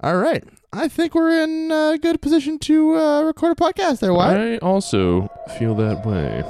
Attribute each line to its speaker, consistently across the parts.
Speaker 1: All right. I think we're in a good position to uh, record a podcast there, Wyatt.
Speaker 2: I also feel that way.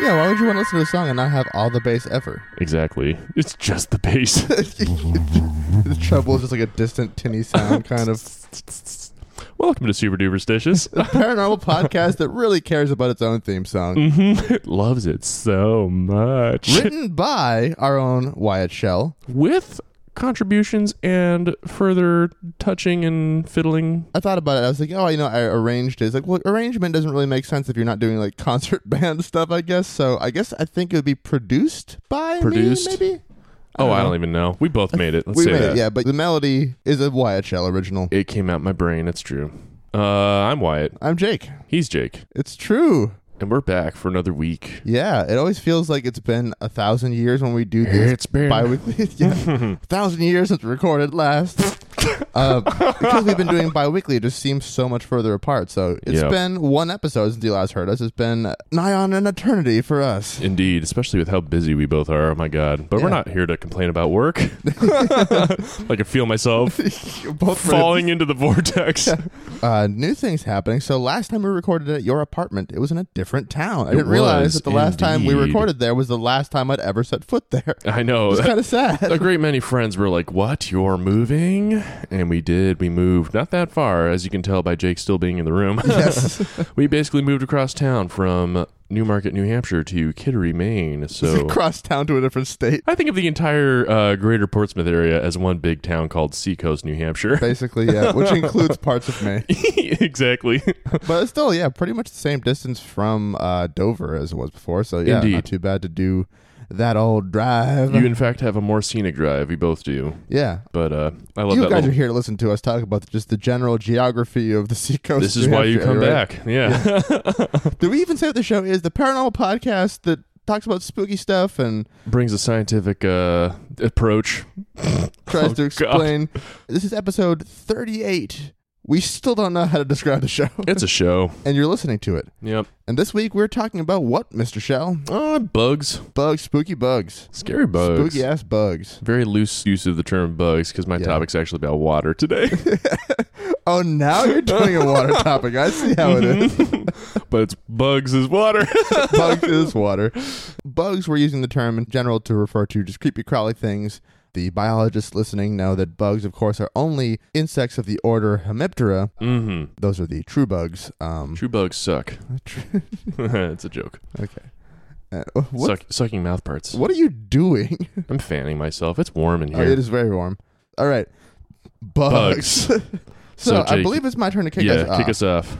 Speaker 1: Yeah, why would you want to listen to the song and not have all the bass ever?
Speaker 2: Exactly. It's just the bass.
Speaker 1: the treble is just like a distant, tinny sound, kind of
Speaker 2: Welcome to Super Duperstitious.
Speaker 1: paranormal podcast that really cares about its own theme song.
Speaker 2: it loves it so much.
Speaker 1: Written by our own Wyatt Shell.
Speaker 2: With contributions and further touching and fiddling.
Speaker 1: I thought about it. I was like, oh, you know, I arranged it. It's like, well, arrangement doesn't really make sense if you're not doing like concert band stuff, I guess. So I guess I think it would be produced by me,
Speaker 2: Produced?
Speaker 1: maybe.
Speaker 2: Oh, I
Speaker 1: know.
Speaker 2: don't even know. We both made it. Let's
Speaker 1: we
Speaker 2: say
Speaker 1: made
Speaker 2: that.
Speaker 1: it, yeah, but the melody is a Wyatt Shell original.
Speaker 2: It came out my brain. It's true. Uh, I'm Wyatt.
Speaker 1: I'm Jake.
Speaker 2: He's Jake.
Speaker 1: It's true.
Speaker 2: And we're back for another week.
Speaker 1: Yeah, it always feels like it's been a thousand years when we do this
Speaker 2: It's been-
Speaker 1: bi-weekly. yeah, thousand years since we recorded last. uh, because we've been doing bi-weekly, it just seems so much further apart. So it's
Speaker 2: Yep.
Speaker 1: been one episode since you last heard us. It's been nigh on an eternity for us.
Speaker 2: Indeed, especially with how busy we both are. Oh my god! But we're
Speaker 1: Yeah.
Speaker 2: not here to complain about work. I can feel myself
Speaker 1: You're both
Speaker 2: falling into the vortex.
Speaker 1: Uh, new things happening. So last time we recorded at your apartment, it was in a different town. I didn't realize
Speaker 2: was,
Speaker 1: that the last time we
Speaker 2: indeed.
Speaker 1: recorded there was the last time I'd ever set foot there.
Speaker 2: I know.
Speaker 1: It's kind of sad.
Speaker 2: A great many friends were like, "What? You're moving?" And we did. We moved not that far, as you can tell by Jake still being in the room.
Speaker 1: yes.
Speaker 2: we basically moved across town from Newmarket, New Hampshire, to Kittery, Maine. So.
Speaker 1: Cross town to a different state.
Speaker 2: I think of the entire uh, greater Portsmouth area as one big town called Seacoast, New Hampshire.
Speaker 1: basically yeah which includes parts of me
Speaker 2: exactly.
Speaker 1: but it's still yeah pretty much the same distance from uh, dover as it was before so yeah not
Speaker 2: Indeed.
Speaker 1: too bad to do that old drive
Speaker 2: You, in fact, have a more scenic drive. We both do.
Speaker 1: yeah
Speaker 2: But uh, I love
Speaker 1: you
Speaker 2: that.
Speaker 1: guys
Speaker 2: little-
Speaker 1: are here to listen to us talk about just the general geography of the seacoast
Speaker 2: this is
Speaker 1: New
Speaker 2: why you
Speaker 1: Hampshire,
Speaker 2: come
Speaker 1: right?
Speaker 2: back. Yeah.
Speaker 1: do we even say what the show is the paranormal podcast that talks about spooky stuff and
Speaker 2: Brings a scientific uh, approach.
Speaker 1: tries
Speaker 2: Oh,
Speaker 1: to
Speaker 2: God.
Speaker 1: explain this is episode 38 we still don't know how to describe the show
Speaker 2: It's a show.
Speaker 1: and you're listening to it
Speaker 2: Yep.
Speaker 1: and this week we're talking about what mr shell
Speaker 2: Oh, bugs.
Speaker 1: bugs spooky bugs
Speaker 2: Scary bugs.
Speaker 1: Spooky ass bugs.
Speaker 2: Very loose use of the term bugs because my
Speaker 1: Yeah.
Speaker 2: topic's actually about water today.
Speaker 1: Oh, now you're doing a water topic. I see how it is.
Speaker 2: but it's bugs is water.
Speaker 1: bugs is water. Bugs, we're using the term in general to refer to just creepy crawly things. The biologists listening know that bugs, of course, are only insects of the order Hemiptera.
Speaker 2: mm-hmm.
Speaker 1: Those are the true bugs. Um,
Speaker 2: True bugs suck.
Speaker 1: true.
Speaker 2: it's a joke.
Speaker 1: okay. Uh, what,
Speaker 2: Suck, sucking mouth parts.
Speaker 1: what are you doing?
Speaker 2: I'm fanning myself. It's warm in
Speaker 1: Oh,
Speaker 2: here.
Speaker 1: it is very warm. All right. Bugs. so,
Speaker 2: So,
Speaker 1: I
Speaker 2: Jake-
Speaker 1: believe it's my turn to kick
Speaker 2: yeah,
Speaker 1: us off.
Speaker 2: kick us off.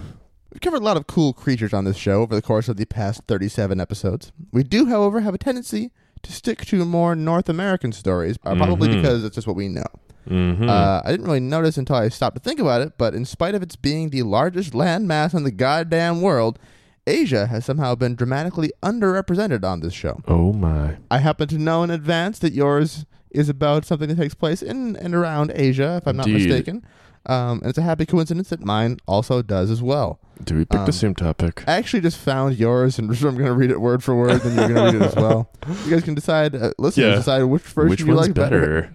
Speaker 1: We've covered a lot of cool creatures on this show over the course of the past 37 episodes. We do, however, have a tendency to stick to more North American stories, uh, probably
Speaker 2: Mhm.
Speaker 1: because it's just what we know.
Speaker 2: Mm-hmm.
Speaker 1: Uh, I didn't really notice until I stopped to think about it, but in spite of its being the largest landmass in the goddamn world, Asia has somehow been dramatically underrepresented on this show.
Speaker 2: oh my.
Speaker 1: I happen to know in advance that yours is about something that takes place in and around Asia, if I'm not
Speaker 2: Indeed.
Speaker 1: mistaken. Um, and it's a happy coincidence that mine also does as well.
Speaker 2: Do we pick
Speaker 1: Um,
Speaker 2: the same topic?
Speaker 1: I actually just found yours, and I'm going to read it word for word, and you're going to read it as well. You guys can decide, uh, listeners
Speaker 2: Yeah.
Speaker 1: decide which version
Speaker 2: Which
Speaker 1: you
Speaker 2: one's
Speaker 1: like better.
Speaker 2: better?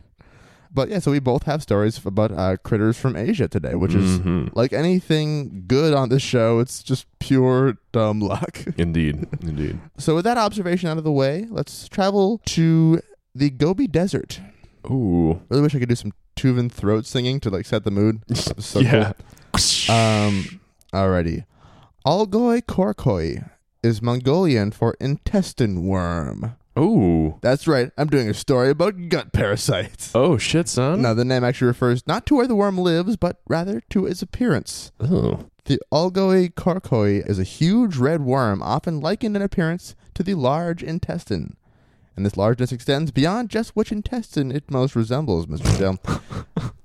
Speaker 1: But yeah, so we both have stories about uh, critters from Asia today, which is
Speaker 2: Mhm.
Speaker 1: like anything good on this show, it's just pure dumb luck.
Speaker 2: indeed, indeed.
Speaker 1: so with that observation out of the way, let's travel to the Gobi Desert.
Speaker 2: Ooh,
Speaker 1: Really wish I could do some Tuvan throat singing to like set the mood. That was so cool.
Speaker 2: yeah.
Speaker 1: Um, alrighty. Algoi korkoi is Mongolian for intestine worm.
Speaker 2: Ooh,
Speaker 1: That's right. I'm doing a story about gut parasites.
Speaker 2: oh shit, son.
Speaker 1: Now, the name actually refers not to where the worm lives, but rather to its appearance.
Speaker 2: Oh,
Speaker 1: The Olgoicarcoi is a huge red worm, often likened in appearance to the large intestine. And this largeness extends beyond just which intestine it most resembles, Mr. Dill.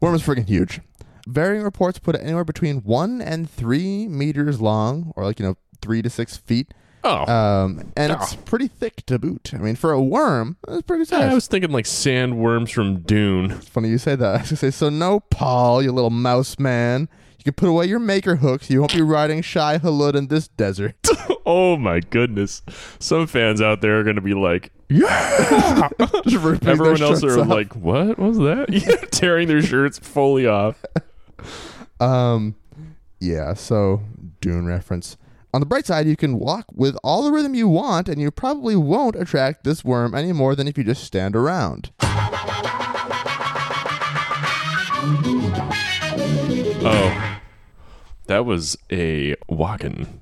Speaker 1: worm is freaking huge. Varying reports put it anywhere between one and three meters long, or like, you know, three to six feet.
Speaker 2: Oh.
Speaker 1: Um, and it's pretty thick to boot. I mean, for a worm, that's pretty size.
Speaker 2: I was thinking like sandworms from Dune.
Speaker 1: It's funny you say that. I was gonna say, so no, Paul, you little mouse man. You can put away your maker hooks. You won't be riding shy halud in this desert.
Speaker 2: Oh my goodness. Some fans out there are going to be like, yeah.
Speaker 1: Just ripping their
Speaker 2: Everyone else
Speaker 1: shirts
Speaker 2: are
Speaker 1: off.
Speaker 2: like, what was that? Yeah, tearing their shirts fully off.
Speaker 1: um, yeah. So Dune reference. On the bright side, you can walk with all the rhythm you want, and you probably won't attract this worm any more than if you just stand around.
Speaker 2: Oh. That was a walking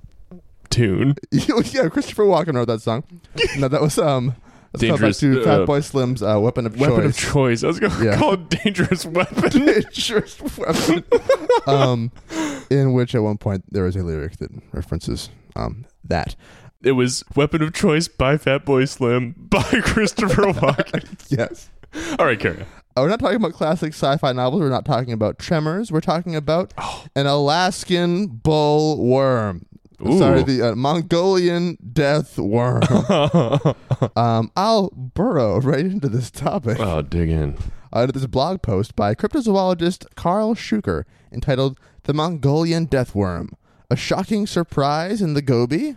Speaker 2: tune.
Speaker 1: yeah, Christopher Walken wrote that song. No, that was um, that's called back
Speaker 2: Dangerous,
Speaker 1: to
Speaker 2: uh,
Speaker 1: Fat Boy Slim's uh, weapon of
Speaker 2: Weapon
Speaker 1: choice.
Speaker 2: of choice. I was going to
Speaker 1: Yeah.
Speaker 2: call it dangerous weapon.
Speaker 1: dangerous weapon. um, in which at one point there is a lyric that references um, that.
Speaker 2: It was weapon of choice by Fatboy Slim by Christopher Walken.
Speaker 1: Yes.
Speaker 2: All right, carry on.
Speaker 1: Uh, We're not talking about classic sci-fi novels. We're not talking about Tremors. We're talking about an Alaskan bull worm.
Speaker 2: Ooh.
Speaker 1: Sorry, the uh, Mongolian death worm. um, I'll burrow right into this topic.
Speaker 2: Oh, dig in.
Speaker 1: uh, this blog post by cryptozoologist Carl Schuker entitled The Mongolian Death Worm A Shocking Surprise in the Gobi.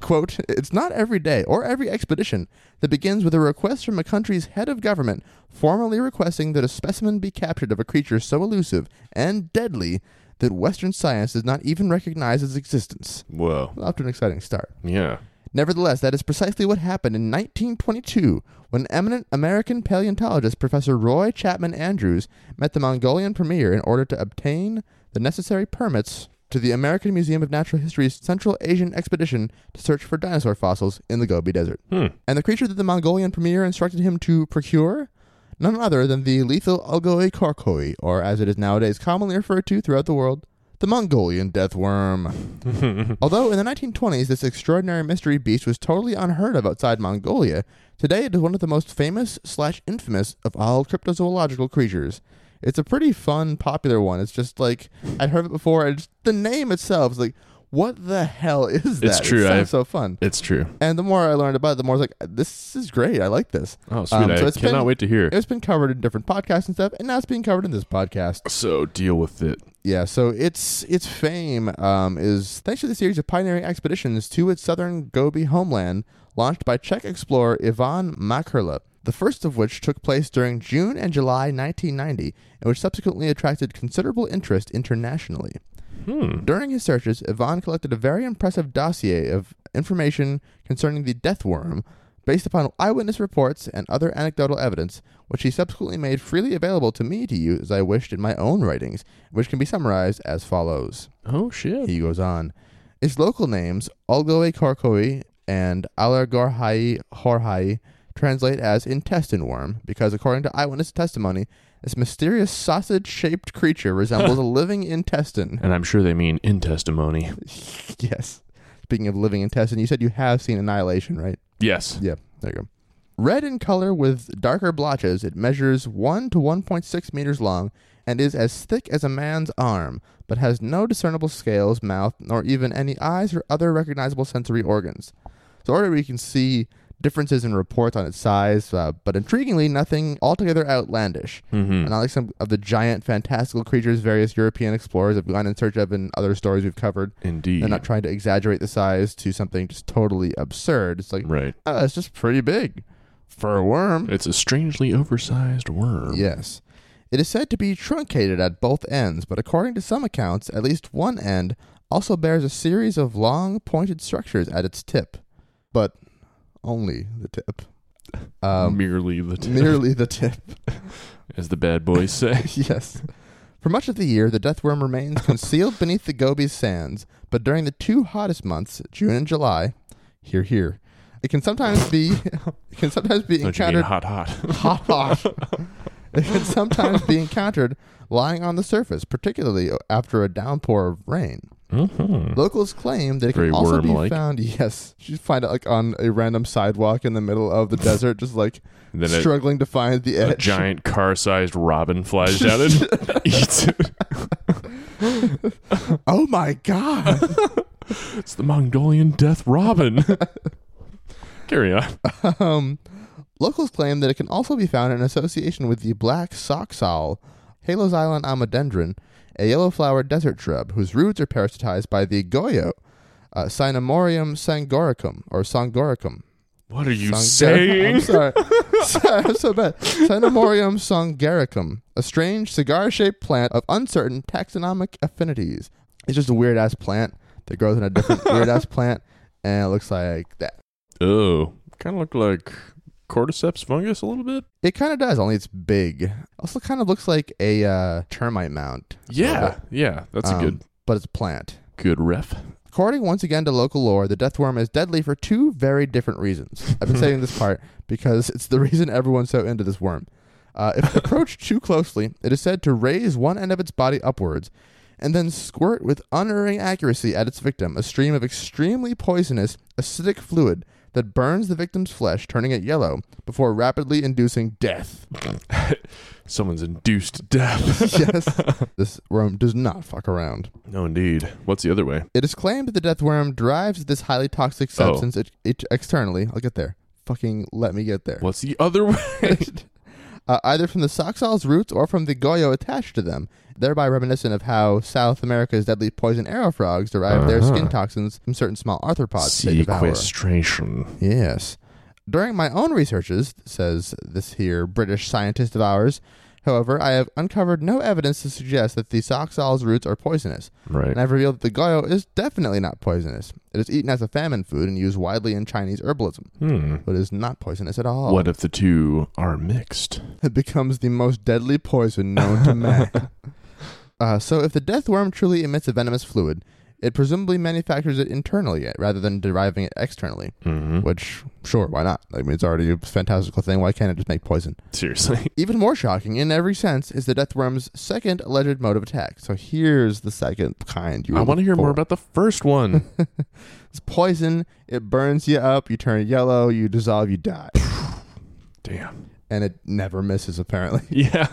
Speaker 1: Quote, it's not every day or every expedition that begins with a request from a country's head of government formally requesting that a specimen be captured of a creature so elusive and deadly that Western science does not even recognize its existence.
Speaker 2: Whoa.
Speaker 1: Off to an exciting start.
Speaker 2: Yeah.
Speaker 1: Nevertheless, that is precisely what happened in 1922 when eminent American paleontologist Professor Roy Chapman Andrews met the Mongolian premier in order to obtain the necessary permits to the American Museum of Natural History's Central Asian expedition to search for dinosaur fossils in the Gobi Desert.
Speaker 2: Hmm.
Speaker 1: And the creature that the Mongolian premier instructed him to procure? None other than the lethal Algoicarcoi, or as it is nowadays commonly referred to throughout the world, the Mongolian death worm. Although in the 1920s this extraordinary mystery beast was totally unheard of outside Mongolia, today it is one of the most famous slash infamous of all cryptozoological creatures. It's a pretty fun, popular one. It's just like I'd heard it before. And just, the name itself is like, what the hell is that?
Speaker 2: It's true,
Speaker 1: It sounds
Speaker 2: I've-
Speaker 1: so fun.
Speaker 2: It's true.
Speaker 1: And the more I learned about it, the more I was like, this is great. I like this.
Speaker 2: Oh, sweet.
Speaker 1: Um,
Speaker 2: I
Speaker 1: so it's
Speaker 2: cannot
Speaker 1: been-
Speaker 2: wait to hear.
Speaker 1: It's been covered in different podcasts and stuff, and now it's being covered in this podcast.
Speaker 2: So deal with it.
Speaker 1: Yeah, so its its fame um, is thanks to the series of pioneering expeditions to its southern Gobi homeland, launched by Czech explorer Ivan Makrela. The first of which took place during June and July 1990, and which subsequently attracted considerable interest internationally.
Speaker 2: Hmm.
Speaker 1: During his searches, Ivan collected a very impressive dossier of information concerning the death worm based upon eyewitness reports and other anecdotal evidence, which he subsequently made freely available to me to use as I wished in my own writings, which can be summarized as follows.
Speaker 2: Oh shit.
Speaker 1: He goes on. Its local names, Olgoe Korkoi and Alargorhai Horhai, translate as intestine worm because, according to eyewitness testimony, this mysterious sausage shaped creature resembles a living intestine.
Speaker 2: And I'm sure they mean in testimony.
Speaker 1: Yes. Speaking of living intestine, you said you have seen Annihilation, right?
Speaker 2: Yes.
Speaker 1: Yeah, there you go. Red in color with darker blotches, it measures 1 to 1.6 meters long and is as thick as a man's arm, but has no discernible scales, mouth, nor even any eyes or other recognizable sensory organs. So already we can see differences in reports on its size, uh, but intriguingly, nothing altogether outlandish.
Speaker 2: Mm-hmm.
Speaker 1: Not like some of the giant fantastical creatures various European explorers have gone in search of in other stories we've covered.
Speaker 2: Indeed.
Speaker 1: They're not trying to exaggerate the size to something just totally absurd. It's like,
Speaker 2: right.
Speaker 1: oh, it's just pretty big for a worm.
Speaker 2: It's a strangely oversized worm.
Speaker 1: Yes. It is said to be truncated at both ends, but according to some accounts, at least one end also bears a series of long, pointed structures at its tip. But only the tip. Um,
Speaker 2: Merely the tip,
Speaker 1: merely the tip.
Speaker 2: as the bad boys say.
Speaker 1: yes. For much of the year, the death worm remains concealed beneath the Gobi sands, but during the two hottest months, June and July, here, here, it can sometimes be, it can sometimes be
Speaker 2: Don't you mean
Speaker 1: encountered
Speaker 2: hot, hot?
Speaker 1: hot, hot. it can sometimes be encountered lying on the surface, particularly after a downpour of rain.
Speaker 2: Mhm.
Speaker 1: Locals claim that it
Speaker 2: Very
Speaker 1: can also be
Speaker 2: worm-like.
Speaker 1: found. Yes, you find it like on a random sidewalk in the middle of the desert, just like
Speaker 2: And then a,
Speaker 1: struggling to find the
Speaker 2: a
Speaker 1: edge.
Speaker 2: giant car-sized robin flies down and eats it.
Speaker 1: Oh my god!
Speaker 2: It's the Mongolian death robin. Carry on.
Speaker 1: Um, locals claim that it can also be found in association with the black socksowl, Halos Island amodendron, a yellow flowered desert shrub whose roots are parasitized by the goyo, uh, Cynomorium sangoricum, or sangoricum.
Speaker 2: What are you
Speaker 1: Sangor- I'm
Speaker 2: saying?
Speaker 1: sorry. Sorry, I'm so bad. Cynomorium sangaricum, a strange cigar shaped plant of uncertain taxonomic affinities. It's just a weird ass plant that grows in a different weird ass plant, and it looks like that.
Speaker 2: Oh, kind of look like cordyceps fungus a little bit.
Speaker 1: It kind of does, only it's big. Also, kind of looks like a uh, termite mound.
Speaker 2: Yeah, yeah, that's
Speaker 1: Um,
Speaker 2: a good
Speaker 1: but it's a plant.
Speaker 2: good ref.
Speaker 1: According once again to local lore, the death worm is deadly for two very different reasons. I've been saying this part because it's the reason everyone's so into this worm. Uh, if approached too closely, it is said to raise one end of its body upwards and then squirt with unerring accuracy at its victim a stream of extremely poisonous, acidic fluid that burns the victim's flesh, turning it yellow, before rapidly inducing death.
Speaker 2: Someone's induced death.
Speaker 1: yes. This worm does not fuck around.
Speaker 2: No, indeed. What's the other way?
Speaker 1: It is claimed that the death worm derives this highly toxic substance it, it- externally. I'll get there. Fucking let me get there.
Speaker 2: What's the other way?
Speaker 1: uh, either from the soxol's roots or from the goyo attached to them, thereby reminiscent of how South America's deadly poison arrow frogs derive their
Speaker 2: Uh-huh.
Speaker 1: skin toxins from certain small arthropods they devour.
Speaker 2: Sequestration.
Speaker 1: Yes. During my own researches, says this here British scientist of ours, however, I have uncovered no evidence to suggest that the soxol's roots are poisonous.
Speaker 2: Right.
Speaker 1: and I've revealed that the goyo is definitely not poisonous. It is eaten as a famine food and used widely in Chinese herbalism,
Speaker 2: Hmm.
Speaker 1: but it is not poisonous at all.
Speaker 2: What if the two are mixed?
Speaker 1: It becomes the most deadly poison known to man. uh, so, if the death worm truly emits a venomous fluid, it presumably manufactures it internally rather than deriving it externally.
Speaker 2: Mm-hmm.
Speaker 1: Which, sure, why not? I mean, it's already a fantastical thing. Why can't it just make poison?
Speaker 2: Seriously.
Speaker 1: Even more shocking, in every sense, is the death worm's second alleged mode of attack. So here's the second kind. You
Speaker 2: I want to hear more about the first one.
Speaker 1: It's poison. It burns you up. You turn yellow. You dissolve. You die.
Speaker 2: Damn.
Speaker 1: And it never misses, apparently.
Speaker 2: Yeah.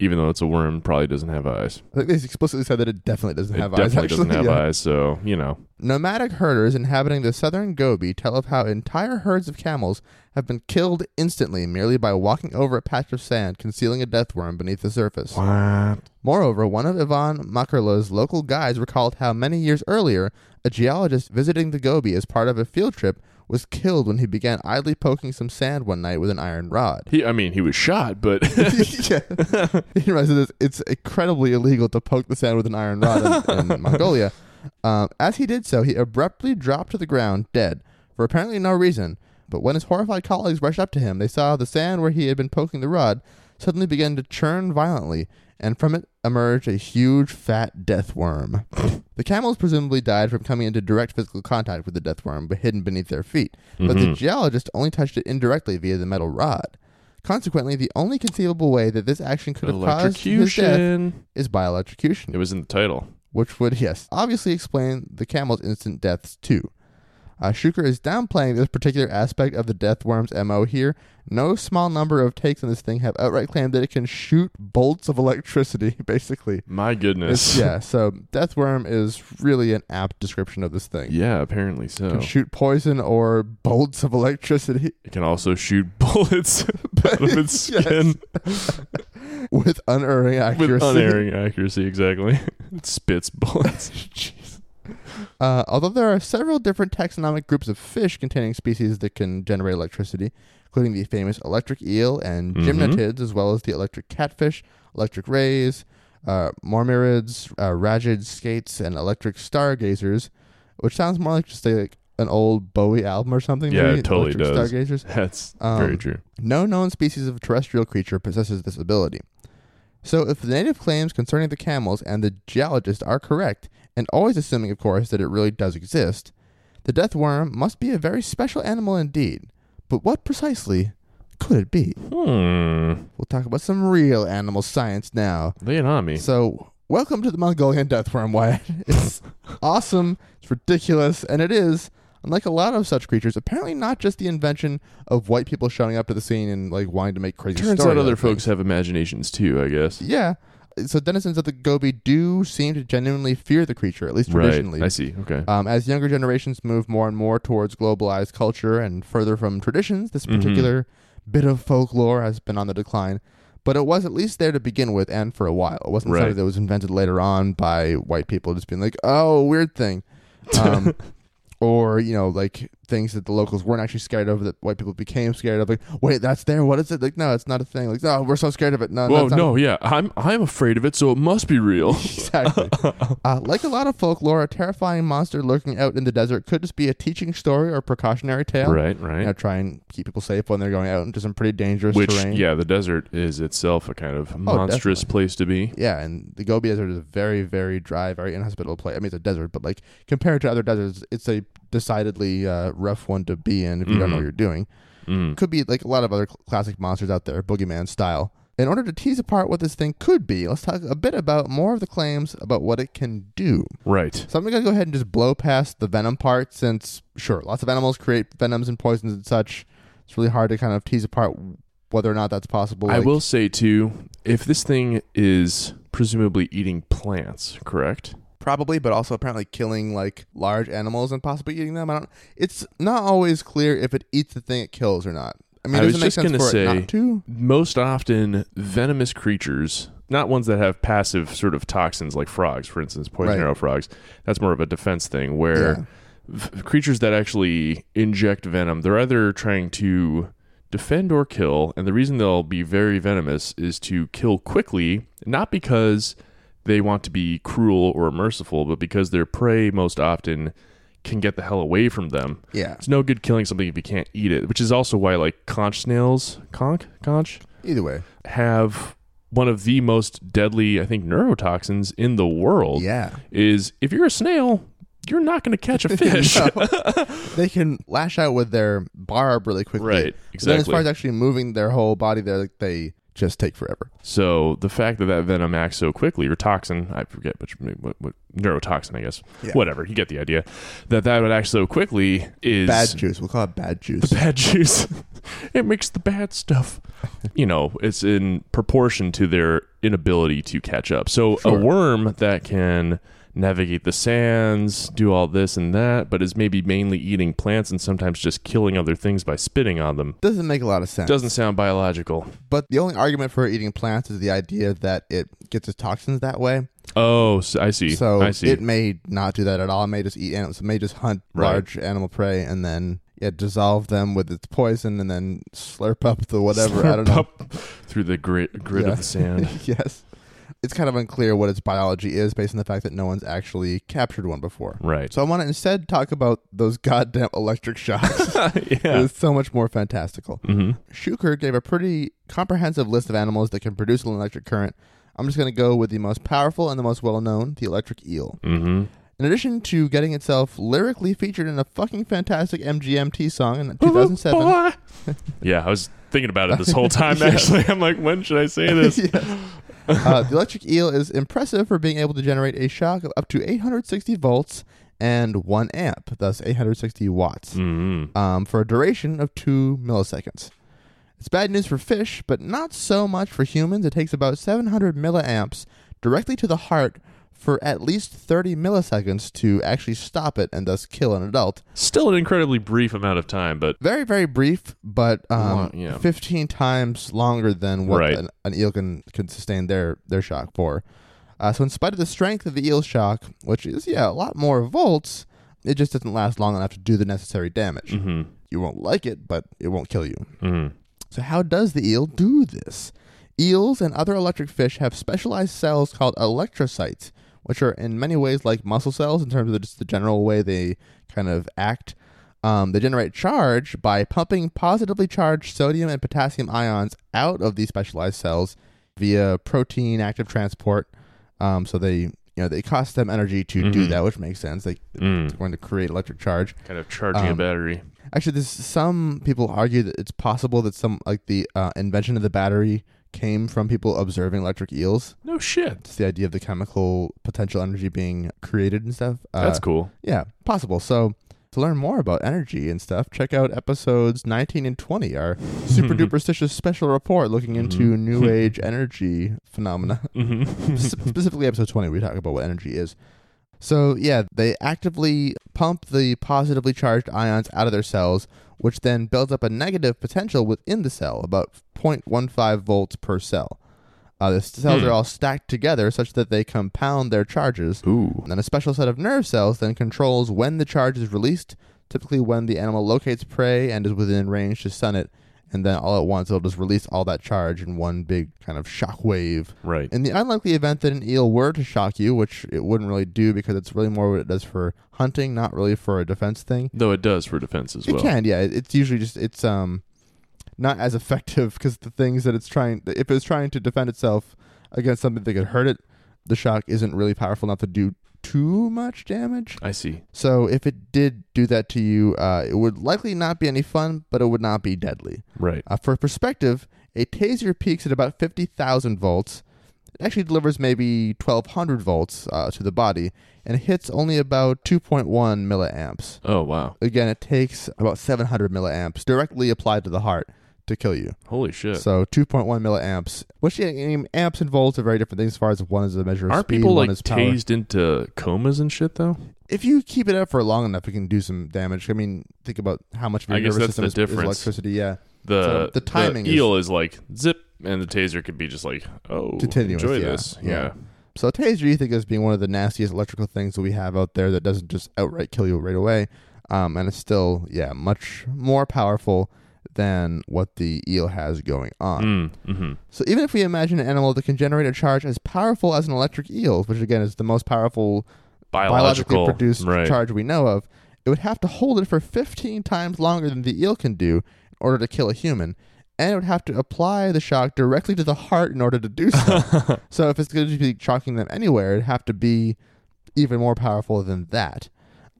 Speaker 2: Even though it's a worm, probably doesn't have eyes.
Speaker 1: I think they explicitly said that it definitely doesn't
Speaker 2: It
Speaker 1: have eyes.
Speaker 2: definitely
Speaker 1: Actually,
Speaker 2: doesn't have
Speaker 1: yeah.
Speaker 2: eyes, so you know.
Speaker 1: Nomadic herders inhabiting the southern Gobi tell of how entire herds of camels have been killed instantly merely by walking over a patch of sand concealing a death worm beneath the surface.
Speaker 2: What?
Speaker 1: Moreover, one of Ivan Makarlo's local guides recalled how many years earlier, a geologist visiting the Gobi as part of a field trip was killed when he began idly poking some sand one night with an iron rod.
Speaker 2: He, I mean, he was shot, but
Speaker 1: yeah. He writes this, it's incredibly illegal to poke the sand with an iron rod in, in Mongolia. Um, as he did so, he abruptly dropped to the ground dead for apparently no reason. But when his horrified colleagues rushed up to him, they saw the sand where he had been poking the rod suddenly begin to churn violently, and from it emerged a huge fat death worm. the camels presumably died from coming into direct physical contact with the death worm, but hidden beneath their feet. But the
Speaker 2: Mhm.
Speaker 1: geologist only touched it indirectly via the metal rod. Consequently, the only conceivable way that this action could have caused his death
Speaker 2: electrocution.
Speaker 1: is by electrocution,
Speaker 2: It was in the title.
Speaker 1: which would, yes, obviously explain the camel's instant deaths too. Uh, Shuker is downplaying this particular aspect of the death worm's MO here. No small number of takes on this thing have outright claimed that it can shoot bolts of electricity, basically.
Speaker 2: My
Speaker 1: It's-
Speaker 2: goodness.
Speaker 1: yeah, so death worm is really an apt description of this thing.
Speaker 2: Yeah, apparently so.
Speaker 1: Can shoot poison or bolts of electricity.
Speaker 2: it can also shoot bullets out of its
Speaker 1: Yes.
Speaker 2: skin
Speaker 1: with unerring accuracy.
Speaker 2: with unerring accuracy. Exactly. It spits bullets. Jeez.
Speaker 1: Uh, although there are several different taxonomic groups of fish containing species that can generate electricity, including the famous electric eel and
Speaker 2: Mhm.
Speaker 1: gymnotids, as well as the electric catfish, electric rays, uh, mormirids, uh, ragid skates, and electric stargazers, which sounds more like just a, like an old Bowie album or something.
Speaker 2: Yeah,
Speaker 1: maybe,
Speaker 2: it totally
Speaker 1: electric
Speaker 2: does.
Speaker 1: Stargazers.
Speaker 2: That's
Speaker 1: Um,
Speaker 2: very true.
Speaker 1: No known species of terrestrial creature possesses this ability. So, if the native claims concerning the camels and the geologist are correct, and always assuming, of course, that it really does exist, the death worm must be a very special animal indeed. But what precisely could it be?
Speaker 2: Hmm.
Speaker 1: We'll talk about some real animal science now.
Speaker 2: Lay it on me.
Speaker 1: So, welcome to the Mongolian deathworm, Wyatt. It's awesome, it's ridiculous, and it is, unlike a lot of such creatures, apparently not just the invention of white people showing up to the scene and like wanting to make crazy
Speaker 2: Turns
Speaker 1: story
Speaker 2: out other
Speaker 1: of things.
Speaker 2: folks have imaginations too, I guess.
Speaker 1: Yeah. So denizens of the Gobi do seem to genuinely fear the creature, at least
Speaker 2: Right.
Speaker 1: traditionally.
Speaker 2: I see. Okay.
Speaker 1: Um, as younger generations move more and more towards globalized culture and further from traditions, this
Speaker 2: Mhm.
Speaker 1: particular bit of folklore has been on the decline. But it was at least there to begin with and for a while. It wasn't
Speaker 2: Right.
Speaker 1: something that was invented later on by white people just being like, oh, weird thing. Um, or, you know, like things that the locals weren't actually scared of that white people became scared of. Like, wait, that's there. What is it? Like, no, it's not a thing. Like, no, we're so scared of it. No,
Speaker 2: Whoa,
Speaker 1: that's not a
Speaker 2: no, yeah. I'm I'm afraid of it, so it must be real.
Speaker 1: exactly. Uh, like a lot of folklore, a terrifying monster lurking out in the desert could just be a teaching story or precautionary tale.
Speaker 2: right,
Speaker 1: You know,
Speaker 2: right.
Speaker 1: try and keep people safe when they're going out into some pretty dangerous
Speaker 2: Which
Speaker 1: terrain. Oh,
Speaker 2: yeah, the desert is itself a kind of monstrous
Speaker 1: definitely.
Speaker 2: place to be.
Speaker 1: Yeah, and the Gobi Desert is a very, very dry, very inhospitable place. I mean, it's a desert, but like compared to other deserts, it's a decidedly uh, rough one to be in if you don't know
Speaker 2: Mhm.
Speaker 1: what you're doing.
Speaker 2: Mm.
Speaker 1: Could be like a lot of other cl- classic monsters out there, boogeyman style. In order to tease apart what this thing could be, let's talk a bit about more of the claims about what it can do.
Speaker 2: Right.
Speaker 1: So I'm gonna go ahead and just blow past the venom part, since sure, lots of animals create venoms and poisons and such. It's really hard to kind of tease apart whether or not that's possible.
Speaker 2: I
Speaker 1: Like,
Speaker 2: will say too, if this thing is presumably eating plants, correct?
Speaker 1: probably, but also apparently killing like large animals and possibly eating them. I don't. It's not always clear if it eats the thing it kills or not. I mean,
Speaker 2: I
Speaker 1: does
Speaker 2: was
Speaker 1: it make
Speaker 2: just
Speaker 1: sense
Speaker 2: gonna
Speaker 1: for it
Speaker 2: say-
Speaker 1: not to?
Speaker 2: Most often venomous creatures, not ones that have passive sort of toxins like frogs, for instance, poison
Speaker 1: Right.
Speaker 2: arrow frogs. That's more of a defense thing where
Speaker 1: Yeah.
Speaker 2: v- creatures that actually inject venom, they're either trying to defend or kill, and the reason they'll be very venomous is to kill quickly, not because they want to be cruel or merciful, but because their prey most often can get the hell away from them.
Speaker 1: Yeah.
Speaker 2: It's no good killing something if you can't eat it, which is also why like conch snails, conch, conch
Speaker 1: Either way.
Speaker 2: have one of the most deadly, I think, neurotoxins in the world.
Speaker 1: Yeah.
Speaker 2: Is if you're a snail, you're not going to catch a fish.
Speaker 1: No. they can lash out with their barb really quickly.
Speaker 2: Right,
Speaker 1: But Then as
Speaker 2: exactly.
Speaker 1: far as actually moving their whole body, there like, they just take forever.
Speaker 2: So the fact that that venom acts so quickly, or toxin, I forget which, what, what neurotoxin, I guess,
Speaker 1: Yeah.
Speaker 2: whatever, you get the idea, that that would act so quickly is
Speaker 1: Bad juice. We'll call it bad juice.
Speaker 2: bad juice. it makes the bad stuff. You know, it's in proportion to their inability to catch up. So a
Speaker 1: Sure.
Speaker 2: worm that can navigate the sands, do all this and that, but is maybe mainly eating plants and sometimes just killing other things by spitting on them.
Speaker 1: Doesn't make a lot of sense.
Speaker 2: Doesn't sound biological.
Speaker 1: But the only argument for eating plants is the idea that it gets its toxins that way.
Speaker 2: Oh, s- I see.
Speaker 1: So
Speaker 2: I see.
Speaker 1: it may not do that at all. It may just eat animals. It may just hunt
Speaker 2: Right.
Speaker 1: large animal prey and then yeah, dissolve them with its poison and then slurp up the whatever. I don't
Speaker 2: Slurp
Speaker 1: know.
Speaker 2: up through the grit, grit
Speaker 1: Yeah.
Speaker 2: of the sand.
Speaker 1: yes. It's kind of unclear what its biology is based on the fact that no one's actually captured one before.
Speaker 2: right.
Speaker 1: So I want to instead talk about those goddamn electric shocks.
Speaker 2: yeah.
Speaker 1: It's so much more fantastical.
Speaker 2: Mm-hmm.
Speaker 1: Schuker gave a pretty comprehensive list of animals that can produce an electric current. I'm just going to go with the most powerful and the most well known, the electric eel.
Speaker 2: Mm-hmm.
Speaker 1: In addition to getting itself lyrically featured in a fucking fantastic MGMT song in 2007.
Speaker 2: yeah, I was thinking about it this whole time. Actually, I'm like, when should I say this?
Speaker 1: Yes. Uh, the electric eel is impressive for being able to generate a shock of up to 860 volts and 1 amp, thus 860 watts.
Speaker 2: Mm-hmm.
Speaker 1: um, for a duration of two milliseconds. It's bad news for fish, but not so much for humans. It takes about 700 milliamps directly to the heart for at least 30 milliseconds to actually stop it and thus kill an adult.
Speaker 2: Still an incredibly brief amount of time, but
Speaker 1: Very, very brief, but um,
Speaker 2: Long, yeah.
Speaker 1: 15 times longer than what
Speaker 2: Right.
Speaker 1: an, an eel can, can sustain their, their shock for. Uh, so, in spite of the strength of the eel shock, which is, yeah, a lot more volts, it just doesn't last long enough to do the necessary damage.
Speaker 2: mm-hmm.
Speaker 1: You won't like it, but it won't kill you.
Speaker 2: Mm-hmm.
Speaker 1: So, how does the eel do this? Eels and other electric fish have specialized cells called electrocytes, which are in many ways like muscle cells in terms of just the general way they kind of act. Um, they generate charge by pumping positively charged sodium and potassium ions out of these specialized cells via protein active transport. Um, so they, you know, they cost them energy to do
Speaker 2: Mhm.
Speaker 1: that, which makes sense. They,
Speaker 2: Mm.
Speaker 1: they're going to create electric charge.
Speaker 2: kind of charging a
Speaker 1: Um,
Speaker 2: battery.
Speaker 1: Actually, there's some people argue that it's possible that some like the uh, invention of the battery came from people observing electric eels.
Speaker 2: No shit.
Speaker 1: It's the idea of the chemical potential energy being created and stuff. Uh,
Speaker 2: That's cool.
Speaker 1: yeah, possible. So to learn more about energy and stuff, check out episodes 19 and 20, our super duperstitious special report looking into new age energy phenomena.
Speaker 2: Mhm.
Speaker 1: S- specifically episode 20 we talk about what energy is so yeah they actively pump the positively charged ions out of their cells which then builds up a negative potential within the cell about 0.15 volts per cell uh, the cells
Speaker 2: Hmm.
Speaker 1: are all stacked together such that they compound their charges
Speaker 2: Ooh.
Speaker 1: and then a special set of nerve cells then controls when the charge is released typically when the animal locates prey and is within range to stun it and then all at once it'll just release all that charge in one big kind of shockwave
Speaker 2: Right.
Speaker 1: in the unlikely event that an eel were to shock you, which it wouldn't really do because it's really more what it does for hunting, not really for a defense thing.
Speaker 2: Though it does for defense as well.
Speaker 1: It can, yeah. It- It's usually just it's um not as effective because the things that it's trying if it's trying to defend itself against something that could hurt it, the shock isn't really powerful enough to do too much damage.
Speaker 2: I see.
Speaker 1: So if it did do that to you, uh, it would likely not be any fun, but it would not be deadly.
Speaker 2: Right.
Speaker 1: Uh, for perspective, a taser peaks at about 50,000 volts. It actually delivers maybe 1,200 volts uh, to the body and hits only about 2.1 milliamps.
Speaker 2: Oh wow.
Speaker 1: Again, it takes about 700 milliamps directly applied to the heart to kill you.
Speaker 2: Holy shit.
Speaker 1: So 2.1 milliamps, which yeah, I mean, amps and volts are very different things as far as one is a measure of
Speaker 2: Aren't
Speaker 1: speed,
Speaker 2: people
Speaker 1: one
Speaker 2: like
Speaker 1: is power.
Speaker 2: tased into comas and shit though?
Speaker 1: if you keep it up for long enough, it can do some damage. I mean, think about how much of your
Speaker 2: I guess
Speaker 1: nervous
Speaker 2: that's
Speaker 1: system
Speaker 2: the
Speaker 1: is, is
Speaker 2: difference.
Speaker 1: electricity. Yeah.
Speaker 2: The
Speaker 1: So the timing is-
Speaker 2: eel is, like zip, and the taser could be just like oh,
Speaker 1: Continuous,
Speaker 2: enjoy
Speaker 1: yeah,
Speaker 2: this.
Speaker 1: yeah.
Speaker 2: Yeah.
Speaker 1: So taser you think is being one of the nastiest electrical things that we have out there that doesn't just outright kill you right away. Um, and it's still, yeah, much more powerful than what the eel has going on.
Speaker 2: Mm, hmm
Speaker 1: So even if we imagine an animal that can generate a charge as powerful as an electric eel, which again is the most powerful biologically
Speaker 2: Biological,
Speaker 1: produced
Speaker 2: right?
Speaker 1: charge we know of, it would have to hold it for 15 times longer than the eel can do in order to kill a human. And it would have to apply the shock directly to the heart in order to do so. so if it's going to be shocking them anywhere, it'd have to be even more powerful than that.